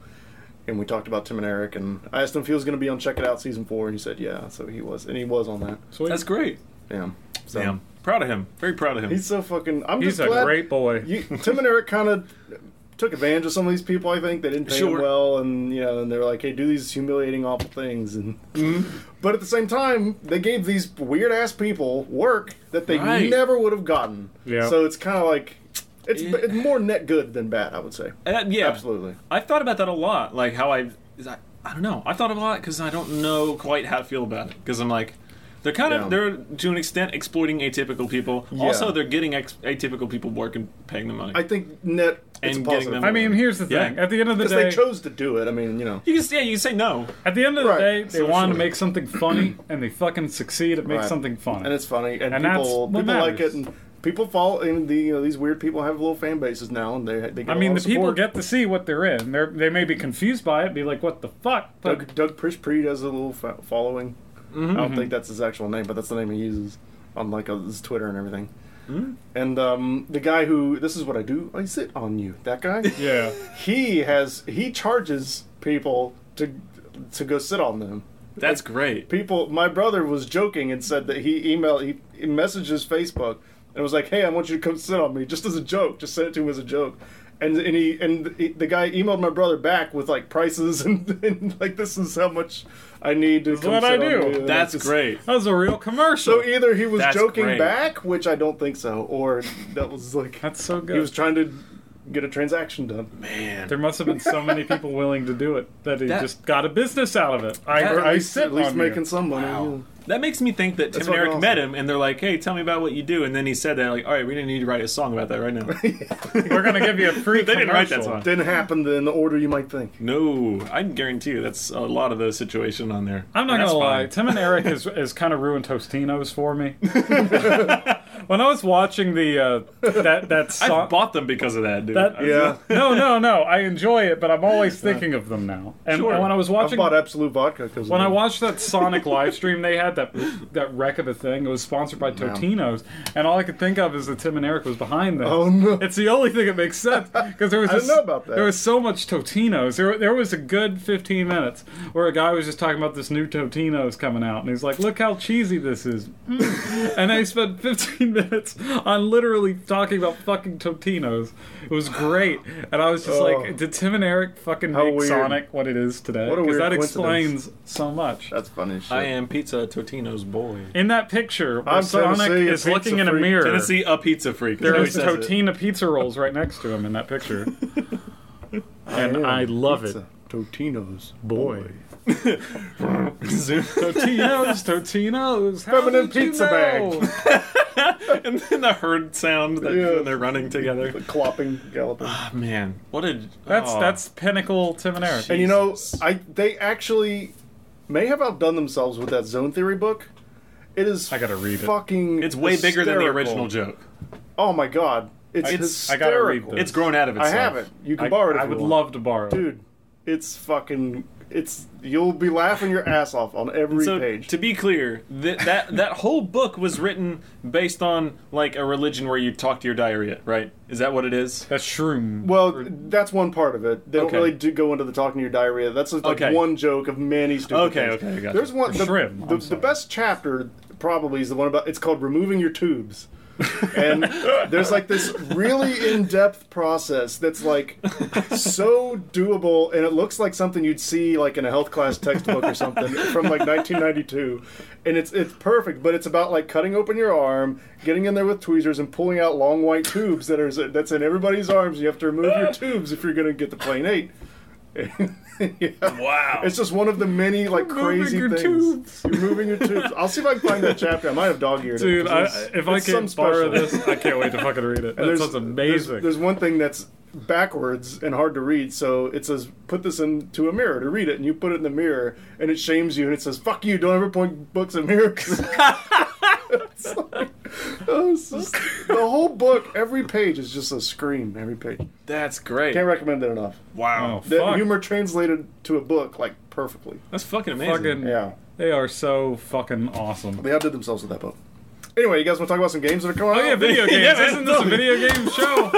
S5: and we talked about Tim and Eric, and I asked him if he was going to be on Check It Out season four, and he said yeah. So he was, and he was on that.
S2: Sweet.
S6: That's great.
S5: Yeah. So,
S6: Damn. Proud of him. Very proud of him.
S5: He's so fucking. I'm
S2: He's
S5: just
S2: a
S5: glad
S2: great boy.
S5: You, Tim and Eric kind of took advantage of some of these people. I think they didn't pay them
S6: Sure.
S5: well, and you know, and they're like, "Hey, do these humiliating, awful things." And
S6: Mm-hmm.
S5: but at the same time, they gave these weird ass people work that they
S6: Right.
S5: never would have gotten.
S2: Yeah.
S5: So it's kind of like it's, it's more net good than bad, I would say.
S6: Uh, yeah.
S5: Absolutely.
S6: I've thought about that a lot. Like how I, is I, I don't know. I've thought about a lot because I don't know quite how to feel about it. Because I'm like, they're kind
S5: Yeah.
S6: of they're to an extent exploiting atypical people. Also, they're getting ex- atypical people work and paying them money.
S5: I think net it's
S6: And getting
S5: a positive.
S6: them-
S2: I mean, here's the
S6: Yeah.
S2: thing. At the end of the
S5: because
S2: day,
S5: they chose to do it. I mean, you know.
S6: you can say- yeah, you can say no.
S2: at the end of the
S5: Right.
S2: day, they
S5: So
S2: wanted to
S5: sure.
S2: make something funny, and they fucking succeed at making
S5: Right.
S2: something funny.
S5: and it's funny, and,
S2: And that's
S5: people
S2: what
S5: people like
S2: matters.
S5: it, and people fall. And the you know these weird people have little fan bases now, and they they get.
S2: I
S5: a
S2: mean,
S5: lot
S2: the
S5: of
S2: people
S5: support.
S2: get to see what they're in. They're, they may be confused by it, be like, "What the fuck?" But
S5: Doug Doug Prishpreet has a little fa- following. I don't think that's his actual name, but that's the name he uses on like uh, his Twitter and everything. And um, the guy who this is what I do, I sit on you. That guy,
S2: yeah,
S5: he has he charges people to to go sit on them.
S6: That's great.
S5: people my brother was joking and said that he emailed he, he messaged his facebook and was like hey i want you to come sit on me just as a joke just send it to him as a joke and, and he and he, the guy emailed my brother back with like prices and, and like this is how much I need to. come
S2: what I
S5: sit on
S2: do.
S5: the-
S10: That's great.
S2: That was a real commercial.
S5: So either he was
S10: That's
S5: joking
S10: great.
S5: back, which I don't think so, or that was like
S2: That's so good.
S5: he was trying to get a transaction done.
S2: there must have been so many people willing to do it that he just got a business out of it. I,
S5: Or
S2: I sit
S5: at least
S2: on
S5: making
S2: here.
S5: some money. yeah.
S10: That makes me think that Tim and
S5: fucking
S10: Eric
S5: awesome.
S10: met him, and they're like, "Hey, tell me about what you do." And then he said that, like, "All right, we didn't need to write a song about that right now."
S2: We're gonna give you a free.
S10: They didn't write that
S2: commercial.
S10: song.
S5: Didn't happen in the order you might think.
S10: no, I can guarantee you that's a lot of the situation on there.
S2: I'm not
S10: And that's
S2: gonna lie.
S10: fine.
S2: Tim and Eric is is kind of ruined Tostino's for me. when I was watching the uh, that that
S10: I
S2: song.
S10: bought them because of that, dude.
S2: that,
S5: Yeah.
S2: No, no, no. I enjoy it, but I'm always thinking of them now. And
S10: Sure.
S2: when I was
S5: I
S2: watching
S5: bought Absolute Vodka because
S2: when I watched that Sonic live stream they had that that wreck of a thing, it was sponsored by Totino's, and all I could think of is that Tim and Eric was behind this.
S5: Oh, no.
S2: It's the only thing that makes sense because there was
S5: I didn't
S2: this-
S5: know about that.
S2: There was so much Totino's. There there was a good 15 minutes where a guy was just talking about this new Totino's coming out, and he's like, "Look how cheesy this is," Mm. and I spent 15 minutes on literally talking about fucking Totino's. It was great, and I was just like, "Did Tim and Eric fucking
S5: Oh. How
S2: make
S5: weird.
S2: Sonic what it is today?"
S5: What a
S2: Because
S5: weird
S2: that
S5: coincidence.
S2: explains so much.
S5: That's funny as shit.
S10: I am Pizza Totino's boy.
S2: In that picture, where
S5: I'm
S2: Sonic
S5: Tennessee, a
S2: is looking
S5: pizza
S2: in a
S5: freak.
S2: mirror.
S10: Tennessee, a pizza freak.
S2: There
S10: That's how
S2: is
S10: he says it.
S2: Totina pizza rolls right next to him in that picture, and
S5: am
S2: I love
S5: Pizza. Totino's
S2: it, boy. Totinos, Totinos, how
S5: Feminine
S2: did you
S5: pizza
S2: know?
S10: and then the herd sound that
S5: Yeah.
S10: when they're running together.
S5: clopping, galloping.
S2: Ah,
S10: Ah, Man, what a
S2: That's
S10: oh.
S2: that's pinnacle Tim and Eric.
S5: And you know,
S10: Jesus.
S5: I they actually may have outdone themselves with that zone theory book. It is
S2: I gotta read it.
S5: fucking
S10: It's way bigger than the
S5: hysterical.
S10: original joke.
S5: Oh my god. It's
S2: It's- I gotta read
S5: hysterical.
S2: this.
S10: It's grown out of
S5: I
S10: itself.
S5: have it. You can
S2: I,
S5: borrow it if
S2: I
S5: you
S2: would
S5: want.
S2: love to borrow. it.
S5: Dude, it's fucking it's you'll be laughing your ass off on every
S10: So
S5: page.
S10: to be clear, th- that that whole book was written based on like a religion where you talk to your diarrhea, right? Is that what it is?
S2: That's shroom.
S5: well, that's one part of it. They don't
S10: Okay.
S5: really do go into the talking to your diarrhea. That's just like
S10: Okay.
S5: one joke of many stupid
S10: Okay,
S5: things.
S10: okay, I gotcha.
S5: There's one the,
S2: shrimp, I'm
S5: the, the
S2: sorry.
S5: best chapter probably is the one about it's called removing your tubes. and there's like this really in-depth process that's like so doable and it looks like something you'd see like in a health class textbook or something from like 1992 and it's it's perfect but it's about like cutting open your arm getting in there with tweezers and pulling out long white tubes that are that's in everybody's arms you have to remove your tubes if you're going to get the plane 8
S10: Wow.
S5: it's just one of the many like crazy
S2: your
S5: things
S2: tubes.
S5: you're moving your tubes i'll see if i can find that chapter i might have dog-eared it
S2: Dude,
S5: 'cause
S2: I,
S5: it's-
S2: if I
S5: it's something
S2: can borrow
S5: special.
S2: this, I can't wait to fucking read it. That
S5: There's-
S2: sounds
S5: there's-
S2: amazing.
S5: There's, one thing that's backwards and hard to read, so it says, "Put this into a mirror to read it," and you put it in the mirror, and it shames you, and it says, "Fuck you! Don't ever point books at mirrors." It's like- oh, it's just- the whole book, every page is just a scream. Every page.
S10: That's great.
S5: Can't recommend it enough.
S2: oh
S10: Wow.
S5: The
S2: fuck!
S5: humor translated to a book like perfectly.
S10: That's fucking amazing.
S2: fucking,
S5: Yeah,
S2: they are so fucking awesome.
S5: they outdid themselves with that book. Anyway, you guys want to talk about some games that are coming
S2: Oh
S5: out?
S2: yeah, video games.
S10: Yeah, man,
S2: Isn't this a video game show?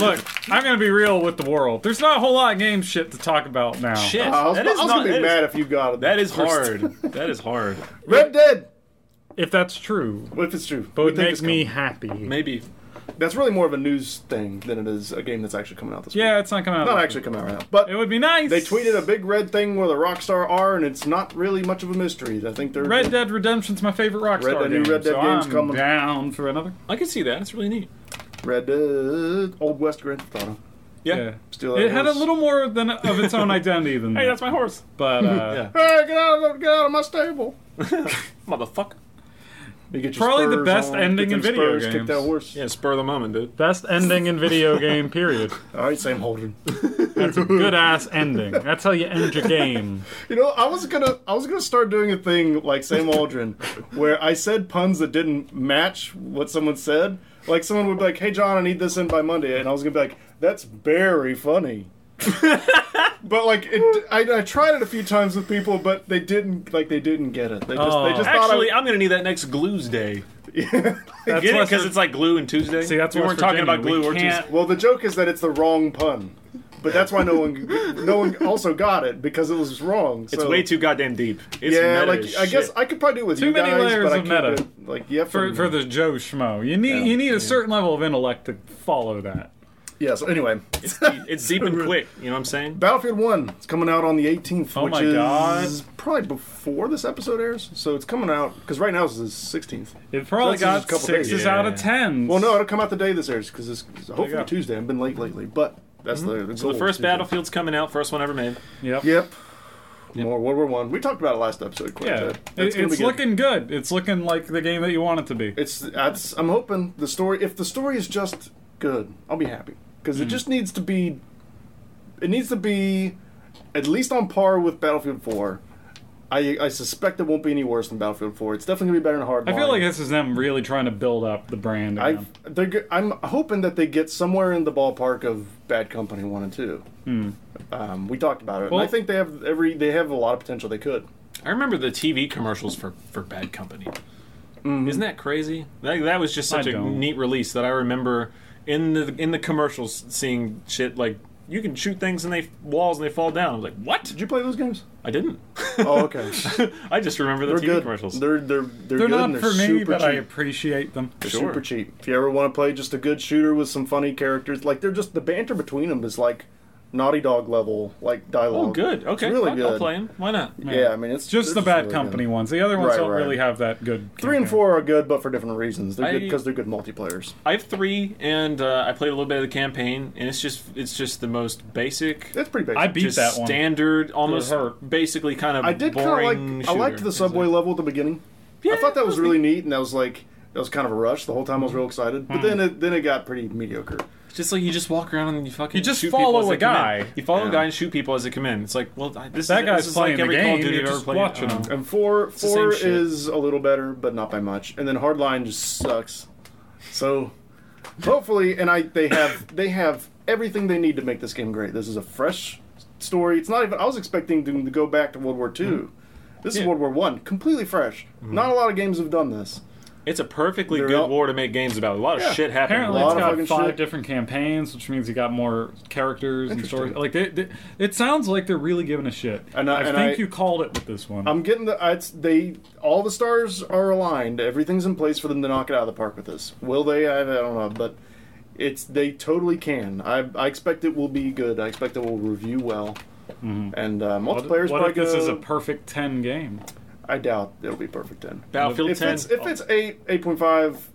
S2: Look, I'm gonna be real with the world. There's not a whole lot of game shit to talk about now.
S10: Shit.
S5: I was,
S10: that
S5: I
S10: is
S5: was
S10: not,
S5: gonna be
S10: that is-
S5: mad if you got it.
S10: that is hard. that is hard.
S5: Red Dead.
S2: If that's true,
S5: If it's true,
S2: but
S5: We
S2: it
S5: think
S2: makes
S5: it's
S2: me
S5: coming.
S2: happy.
S10: Maybe.
S5: That's really more of a news thing than it is a game that's actually coming out this
S2: Yeah,
S5: week.
S2: it's not coming out.
S5: not
S2: this
S5: actually coming out right now.
S2: week. It
S5: But
S2: would be nice.
S5: they tweeted a big red thing with a Rockstar R, and it's not really much of a mystery. I think they're
S2: Red Dead Redemption's my favorite Rockstar
S5: Dead- new
S2: game.
S5: Red Dead
S2: so
S5: game's
S2: I'm
S5: coming.
S2: down for another.
S10: I can see that. It's really neat.
S5: Red Dead, Old West Grand Theft Auto.
S10: Yeah.
S2: Yeah.
S5: Still, that
S2: It had a
S5: horse.
S2: little more than of its own identity than
S10: Hey,
S2: that.
S10: that's my horse.
S2: But uh,
S5: Hey, get out of get out of my stable.
S10: Motherfucker.
S5: You get your
S2: Probably the
S5: spurs
S2: best
S5: on,
S2: ending
S5: get
S2: in
S5: them
S2: video
S5: spurs, Kick
S2: games.
S5: that horse.
S10: Yeah, spur of the moment, dude.
S2: best ending in video game period.
S5: All right, Sam Holden.
S2: That's a good ass ending. That's how you end your game.
S5: You know, I was gonna, I was gonna start doing a thing like Sam Aldrin, where I said puns that didn't match what someone said. Like someone would be like, "Hey John, I need this in by Monday," and I was gonna be like, "That's very funny." but like, it, I, I tried it a few times with people, but they didn't like they didn't get it. They just, they
S2: Oh.
S5: just thought
S10: Actually,
S5: I,
S10: I'm gonna need that next glues day.
S2: That's
S10: Get it?
S2: West
S10: Because
S2: Vir-
S10: it's like glue and Tuesday.
S2: See, that's
S10: we
S2: West
S10: weren't talking
S2: Virginia.
S10: about glue
S2: We
S10: or
S2: can't-
S10: Tuesday.
S5: well, the joke is that it's the wrong pun. But that's why no one, no one also got it because it was wrong.
S10: It's
S5: so-
S10: way too goddamn deep. It's
S5: Yeah,
S10: meta
S5: like
S10: as
S5: I guess
S10: shit.
S5: I could probably do it with
S2: Too
S5: you
S2: many
S5: guys,
S2: layers
S5: but I
S2: of
S5: can't
S2: meta.
S5: do it- Like, yeah,
S2: for, for the Joe Schmo. You need you need a certain level of intellect to follow that.
S5: yeah. So anyway,
S6: It's deep, it's deep and quick. You know what I'm saying?
S5: Battlefield One. It's coming out on the 18th,
S2: Oh
S5: which
S2: my
S5: is
S2: God.
S5: probably before this episode airs. So it's coming out because right now it's the 16th.
S2: It probably
S5: That's just a
S2: got
S5: couple days.
S2: sixes out of tens.
S5: Well, no, it'll come out the day this airs because it's it's
S2: go. Mm-hmm.
S5: hopefully Tuesday. I've been late lately, but that's the
S6: So the
S5: goal,
S6: first
S5: Tuesday.
S6: Battlefield's coming out, first one ever made.
S2: Yep.
S5: Yep. More World War One. We talked about it last episode. Quite
S2: Yeah.
S5: a
S2: It,
S5: bit. That's
S2: it's
S5: gonna be good.
S2: looking good. It's looking like the game that you want it to be.
S5: It's that's. I'm hoping the story. If the story is just good, I'll be happy because
S2: Mm.
S5: it just needs to be. It needs to be, at least on par with Battlefield Four. I I suspect it won't be any worse than Battlefield Four. It's definitely gonna be better than Hardline.
S2: I feel like this is them really trying to build up the brand.
S5: I
S2: around.
S5: they're go- I'm hoping that they get somewhere in the ballpark of Bad Company One and Two. Um, we talked about it.
S2: Hmm. Well-
S5: and I think they have every. They have a lot of potential. They could.
S6: I remember the TV commercials for, for Bad Company. Isn't that crazy? That, that was just such
S2: I
S6: a
S2: don't.
S6: neat release that I remember in the in the commercials seeing shit like you can shoot things in they walls and they fall down. I was like, what?
S5: Did you play those games?
S6: I didn't.
S5: Oh, okay.
S6: I just remember the
S5: They're
S6: TV
S5: good.
S6: commercials.
S5: They're they're
S2: they're
S5: they're, good
S2: not
S5: and they're
S2: for me,
S5: super
S2: but I
S5: cheap.
S2: appreciate them.
S5: They're
S6: Sure.
S5: super cheap. If you ever want to play just a good shooter with some funny characters, like they're just the banter between them is like Naughty Dog level, like dialogue.
S6: oh, good.
S5: It's
S6: Okay,
S5: really
S6: I'll,
S5: good.
S6: I'll play him. Why not?
S5: Yeah, I mean it's
S2: Just the
S5: they're
S2: bad
S5: really
S2: company
S5: good.
S2: ones. The other ones
S5: Right,
S2: don't
S5: right.
S2: really have that good.
S5: Three
S2: campaign.
S5: and four are good, but for different reasons. They're good
S6: I-
S5: because they're good multiplayers.
S6: I have three, and uh, I played a little bit of the campaign, and it's just it's just the most basic,
S5: That's pretty basic.
S2: I beat
S6: just
S2: that one.
S6: standard, almost
S2: hurt.
S6: basically kind of.
S5: I did kind of
S6: boring.
S5: like. I liked
S6: shooter.
S5: the subway level at the beginning. I thought that was really neat, and that was like that was kind of a rush. The whole time I was real excited, but then it then it got pretty mediocre.
S6: Just like you just walk around and you fucking
S2: You just
S6: shoot
S2: follow
S6: people as
S2: a
S6: they come
S2: guy.
S6: in. You follow a
S5: Yeah.
S6: guy and shoot people as they come in. It's like, well, I- this
S2: That
S6: is,
S2: guy's
S6: this is
S2: playing
S6: like
S2: the
S6: every Call
S2: game,
S6: of Duty
S2: you're
S6: I've ever
S2: just
S6: played. Um,
S2: watching him.
S5: And four
S6: the same
S5: four
S6: shit.
S5: is a little better, but not by much. And then hardline just sucks. So hopefully, and I they have they have everything they need to make this game great. This is a fresh story. It's not even. I was expecting them to go back to World War II. This is
S6: Mm-hmm. Yeah. Mm-hmm.
S5: World War One, completely fresh. Not a lot of games have done this.
S6: It's a perfectly
S5: They're
S6: good
S5: all-
S6: war to make games about. A lot of
S5: Yeah.
S6: shit happened.
S2: Apparently,
S5: A lot
S2: it's
S5: of
S2: got
S5: fucking
S2: five
S5: shit.
S2: different campaigns, which means you got more characters and
S5: Interesting.
S2: stories. Like they, they, it sounds like they're really giving a shit.
S5: And I- and
S2: think
S5: I-
S2: you called it with this one.
S5: I'm getting the it's, they all the stars are aligned. Everything's in place for them to knock it out of the park with this. Will they? I, I don't know, but it's they totally can. I, I expect it will be good. I expect it will review well.
S6: Mm-hmm.
S5: And uh,
S2: what
S5: multiplayer's
S2: what
S5: probably
S2: if this
S5: gonna,
S2: is a perfect ten game?
S5: I doubt it'll be perfect then.
S6: Battlefield
S5: If
S6: 10.
S5: it's if it's eight eight point five,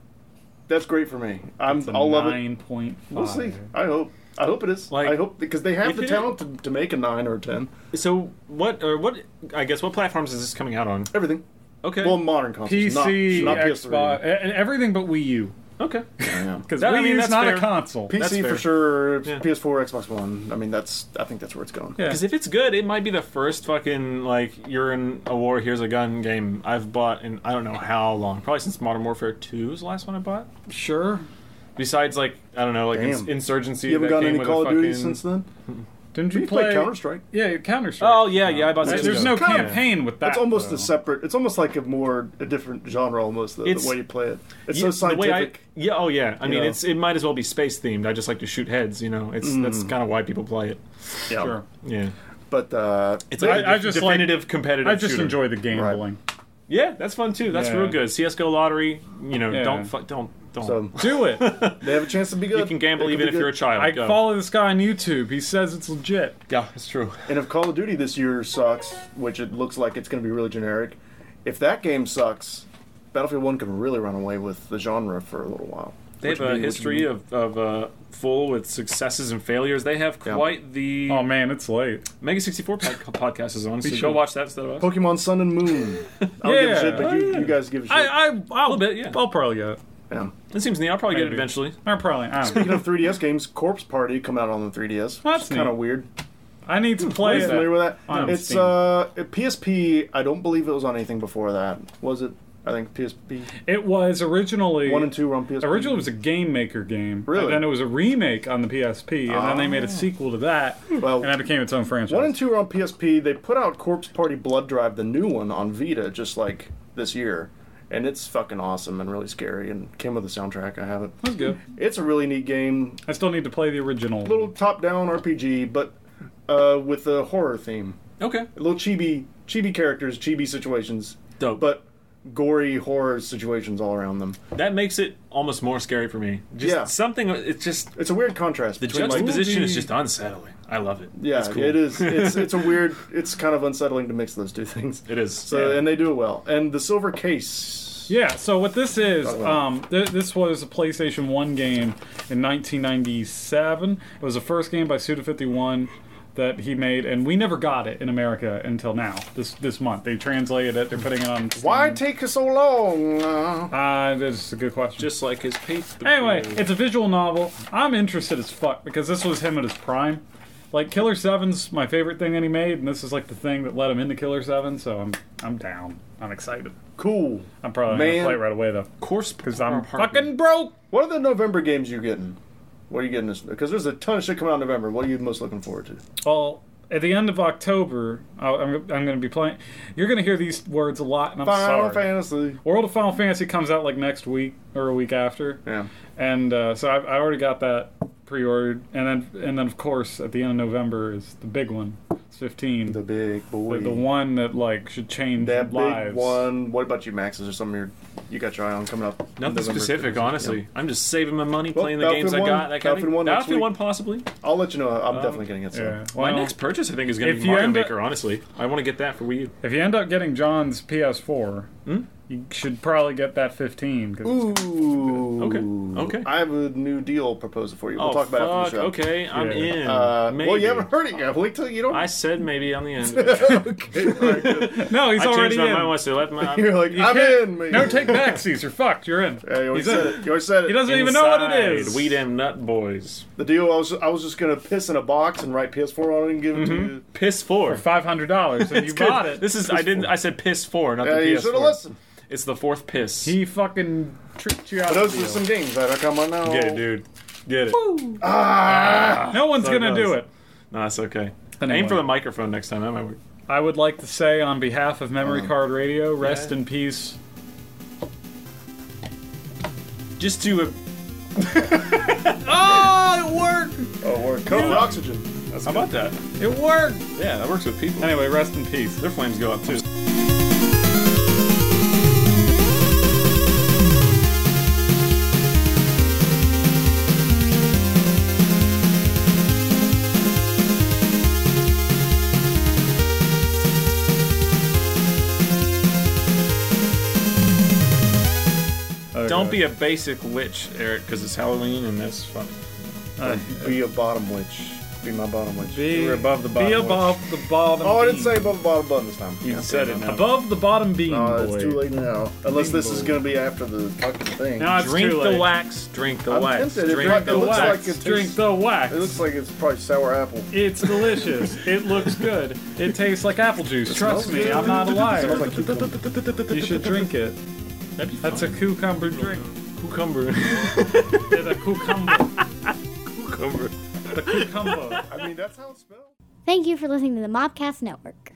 S5: that's great for me. I'm
S2: It's a
S5: I'll love it.
S2: nine point five.
S5: We'll see. I hope. I hope it is.
S6: Like,
S5: I hope because they have
S6: if
S5: the
S6: it-
S5: talent to, to make a nine or a ten.
S6: so what? Or what? I guess what platforms is this coming out on?
S5: Everything.
S6: Okay.
S5: Well, modern consoles, not-
S2: PC,
S5: not, PS3.
S2: Xbox, and everything but Wii U.
S6: okay.
S2: Because
S6: That-
S2: Wii
S6: I mean,
S2: U's
S6: that's
S2: not
S6: fair.
S2: a console.
S6: That's
S5: PC
S6: fair.
S5: for sure. PS4, Xbox One. I mean, that's. I think that's where it's going.
S2: Yeah.
S6: Because if it's good, it might be the first fucking like you're in a war, here's a gun game I've bought in I don't know how long, probably since Modern Warfare Two was the last one I bought.
S2: Sure.
S6: Besides like I don't know like ins-
S5: Damn.
S6: Insurgency.
S5: You haven't
S6: that
S5: gotten
S6: came
S5: any
S6: with
S5: Call
S6: a
S5: of Duty
S6: fucking-
S5: since then.
S2: Didn't you,
S5: You
S2: play
S5: played Counter Strike.
S2: Yeah, Counter Strike.
S6: Oh yeah, yeah. I bought.
S2: There's,
S6: Six
S2: no
S5: Kind of.
S2: campaign with that.
S5: It's almost
S2: though.
S5: a separate. It's almost like a more a different genre almost. The,
S6: It's-
S5: the way you play it. It's
S6: Yeah,
S5: so scientific.
S6: The way I, yeah, oh yeah. I mean,
S5: know.
S6: it's it might as well be space themed. I just like to shoot heads. You know, it's
S5: Mm.
S6: that's kind of why people play it.
S5: yeah.
S2: Sure.
S6: Yeah,
S5: But uh,
S6: it's
S2: I-
S6: like I
S2: I just like-
S6: definitive competitive.
S2: I just
S6: shooter.
S2: enjoy the gambling.
S6: Yeah, that's fun too. That's
S2: Yeah.
S6: real good. CS:GO lottery. You know,
S2: Yeah.
S6: don't fu- don't don't.
S5: so
S2: Do it.
S5: they have a chance to be good.
S6: you can gamble
S5: It could
S6: even
S5: be
S6: if
S5: good.
S6: you're a child.
S2: I
S6: Go.
S2: follow this guy on YouTube. He says it's legit.
S6: Yeah, it's true.
S5: And if Call of Duty this year sucks, which it looks like it's going to be really generic, if that game sucks, Battlefield One can really run away with the genre for a little while.
S6: They have a history of, of uh, full with successes and failures. They have quite the
S2: Oh man, it's late.
S6: Mega 64 pod- podcast is on, so go
S2: should.
S6: watch that instead of us.
S5: Pokemon Sun and Moon. I don't
S2: Yeah.
S5: give a shit,
S6: Oh,
S5: but you, you guys give a shit.
S2: I, I I'll,
S6: bit, yeah.
S2: I'll probably get it.
S5: yeah.
S6: It seems neat. I'll probably get it
S2: Maybe.
S6: eventually.
S2: Or probably. I, don't know.
S5: Speaking of 3DS games, Corpse Party come out on the 3DS.
S2: That's
S5: That's kind
S2: neat.
S5: of weird.
S2: I need to
S5: Are
S2: play
S5: you familiar
S2: it.
S5: with that?
S2: On
S5: it's
S2: Steam.
S5: uh PSP. I don't believe it was on anything before that. Was it? I think PSP
S2: It was originally
S5: one and two were on PSP.
S2: Originally, it was a Game Maker game.
S5: Really?
S2: And
S5: Ah.
S2: then it was a remake on the PSP, and then they made a sequel to that,
S5: Well,
S2: and that became its own franchise.
S5: one and two were on PSP. They put out Corpse Party Blood Drive, the new one, on Vita just like this year, and it's fucking awesome and really scary. And came with a soundtrack. I have it.
S2: That's good.
S5: It's a really neat game.
S2: I still need to play the original.
S5: Little top-down RPG, but uh, with a horror theme.
S6: Okay.
S5: little chibi chibi characters, chibi situations.
S6: Dope.
S5: But gory horror situations all around them.
S6: That makes it almost more scary for me. Just
S5: Yeah.
S6: something. It's just
S5: It's a weird contrast
S6: the
S5: between like
S6: juxtaposition is just unsettling. I love it.
S5: yeah,
S6: it's cool.
S5: it is. It's it's a weird. It's kind of unsettling to mix those two things.
S6: It is.
S5: So
S6: Yeah.
S5: and they do it well. And the silver case.
S2: Yeah, so what this is,
S5: Oh, wow.
S2: um, th- this was a PlayStation 1 game in 1997. It was the first game by Suda51 that he made, and we never got it in America until now, this this month. They translated it, they're putting it on.
S5: Why take so long? Uh,
S2: Uh, that's a good question.
S10: Just like his paint.
S2: Anyway, it's a visual novel. I'm interested as fuck because this was him at his prime. Like Killer Seven's my favorite thing that he made, and this is like the thing that led him into Killer Seven. So I'm I'm down. I'm excited.
S5: cool.
S2: I'm probably
S5: Man.
S2: gonna play it right away though
S10: course,
S2: because I'm fucking broke.
S5: What are the November games you getting? What are you getting this? Because there's a ton of shit coming out in November. What are you most looking forward to?
S2: Well, at the end of October, I- I'm I'm gonna be playing. You're gonna hear these words a lot, and I'm
S5: Final
S2: sorry.
S5: Fantasy.
S2: World of Final Fantasy comes out like next week or a week after.
S5: Yeah.
S2: and uh, so I, I already got that pre-ordered, and then and then of course at the end of November is the big one. It's fifteen.
S5: The big boy.
S2: the, the one that like should change
S5: That
S2: lives.
S5: big one. What about you, Max? Is there something you're, you got your eye on coming up? in
S6: Nothing
S5: November?
S6: specific, honestly. I'm just saving my money, playing the
S5: Battlefield
S6: games I
S5: one-
S6: got. That kind
S5: Battlefield
S6: of
S5: one next
S6: Battlefield
S5: week.
S6: one, possibly.
S5: I'll let you know. I'm definitely getting it soon.
S2: Yeah.
S6: My
S2: Well,
S6: next purchase, I think, is going to
S2: if
S6: be
S2: you
S6: Mario
S2: end up-
S6: Maker. honestly, I want to get that for Wii U.
S2: If you end up getting John's PS4,
S6: Hmm?
S2: you should probably get that fifteen. 'cause it's-
S5: Ooh.
S6: Okay, okay.
S5: I have a new deal proposal for you. We'll
S6: oh
S5: talk about it after
S6: fuck!
S5: the show.
S6: Okay, I'm
S2: Yeah.
S6: in.
S5: Uh,
S6: maybe.
S5: well, you haven't heard it yet. Wait till you don't.
S6: I said maybe on the end. I
S2: No, he's already
S6: changed my
S2: in.
S6: mind once I left my.
S5: You're like,
S2: You
S5: I'm
S2: can't-
S5: in, man.
S2: No take backs, You're fucked. You're in.
S5: Yeah, you already
S2: He's
S5: said
S2: in.
S5: it. You already said it.
S2: He doesn't even know what it is.
S6: We damn nut boys.
S5: The deal I was I was just gonna piss in a box and write PS4 on it and give it
S6: Mm-hmm.
S5: to you.
S6: Piss four.
S2: Five hundred dollars, and you
S6: Good.
S2: bought it.
S6: This is I didn't. I said piss four, not
S5: Yeah,
S6: the
S5: you
S6: PS
S5: should have
S6: four.
S5: listened.
S6: It's the fourth piss.
S2: He fucking tricked you out.
S5: But
S2: of
S5: those
S2: the
S5: are
S2: deal.
S5: some games that are coming now.
S6: Get it, dude. Get it.
S2: No one's
S6: So
S2: gonna
S6: nice.
S2: do it.
S6: No, that's okay.
S2: Anyway.
S6: Aim for the microphone next time. That might work.
S2: I would like to say on behalf of Memory
S5: Oh.
S2: Card Radio, rest in peace.
S6: Just to. Uh,
S5: Oh, we're covered with oxygen.
S6: how about that?
S2: It worked.
S6: Yeah, that works with people.
S2: Anyway, rest in peace.
S6: Their flames go up too. Don't be a basic witch, Eric, because it's Halloween and that's fun.
S5: Be a bottom witch. Be my bottom witch.
S2: Be,
S6: You're above the bottom
S2: Be
S6: one.
S2: above the bottom.
S5: oh, I didn't
S2: beam.
S5: say above the bottom button this time.
S6: You said it now.
S2: above the bottom beam.
S5: Uh,
S2: boy.
S5: it's too late now. Unless this is gonna be after the fucking thing.
S2: Now it's
S6: Drink
S2: too
S6: the
S2: late.
S6: wax. Drink the
S5: I'm
S6: wax.
S5: tempted. It
S6: Drink
S5: might- it
S6: the
S5: looks
S6: wax.
S5: like it's-
S2: Drink the wax.
S5: it looks like it's probably sour apple.
S2: it's delicious. it looks good. It tastes like apple juice. Trust me, I'm not a liar.
S5: Smells like cucumber.
S2: You should drink it.
S6: That'd be fun.
S2: That's a cucumber drink.
S6: cucumber.
S2: It's a cucumber.
S6: cucumber.
S2: Cucumber.
S5: I mean, that's how it's spelled.
S1: Thank you for listening to the Mobcast Network.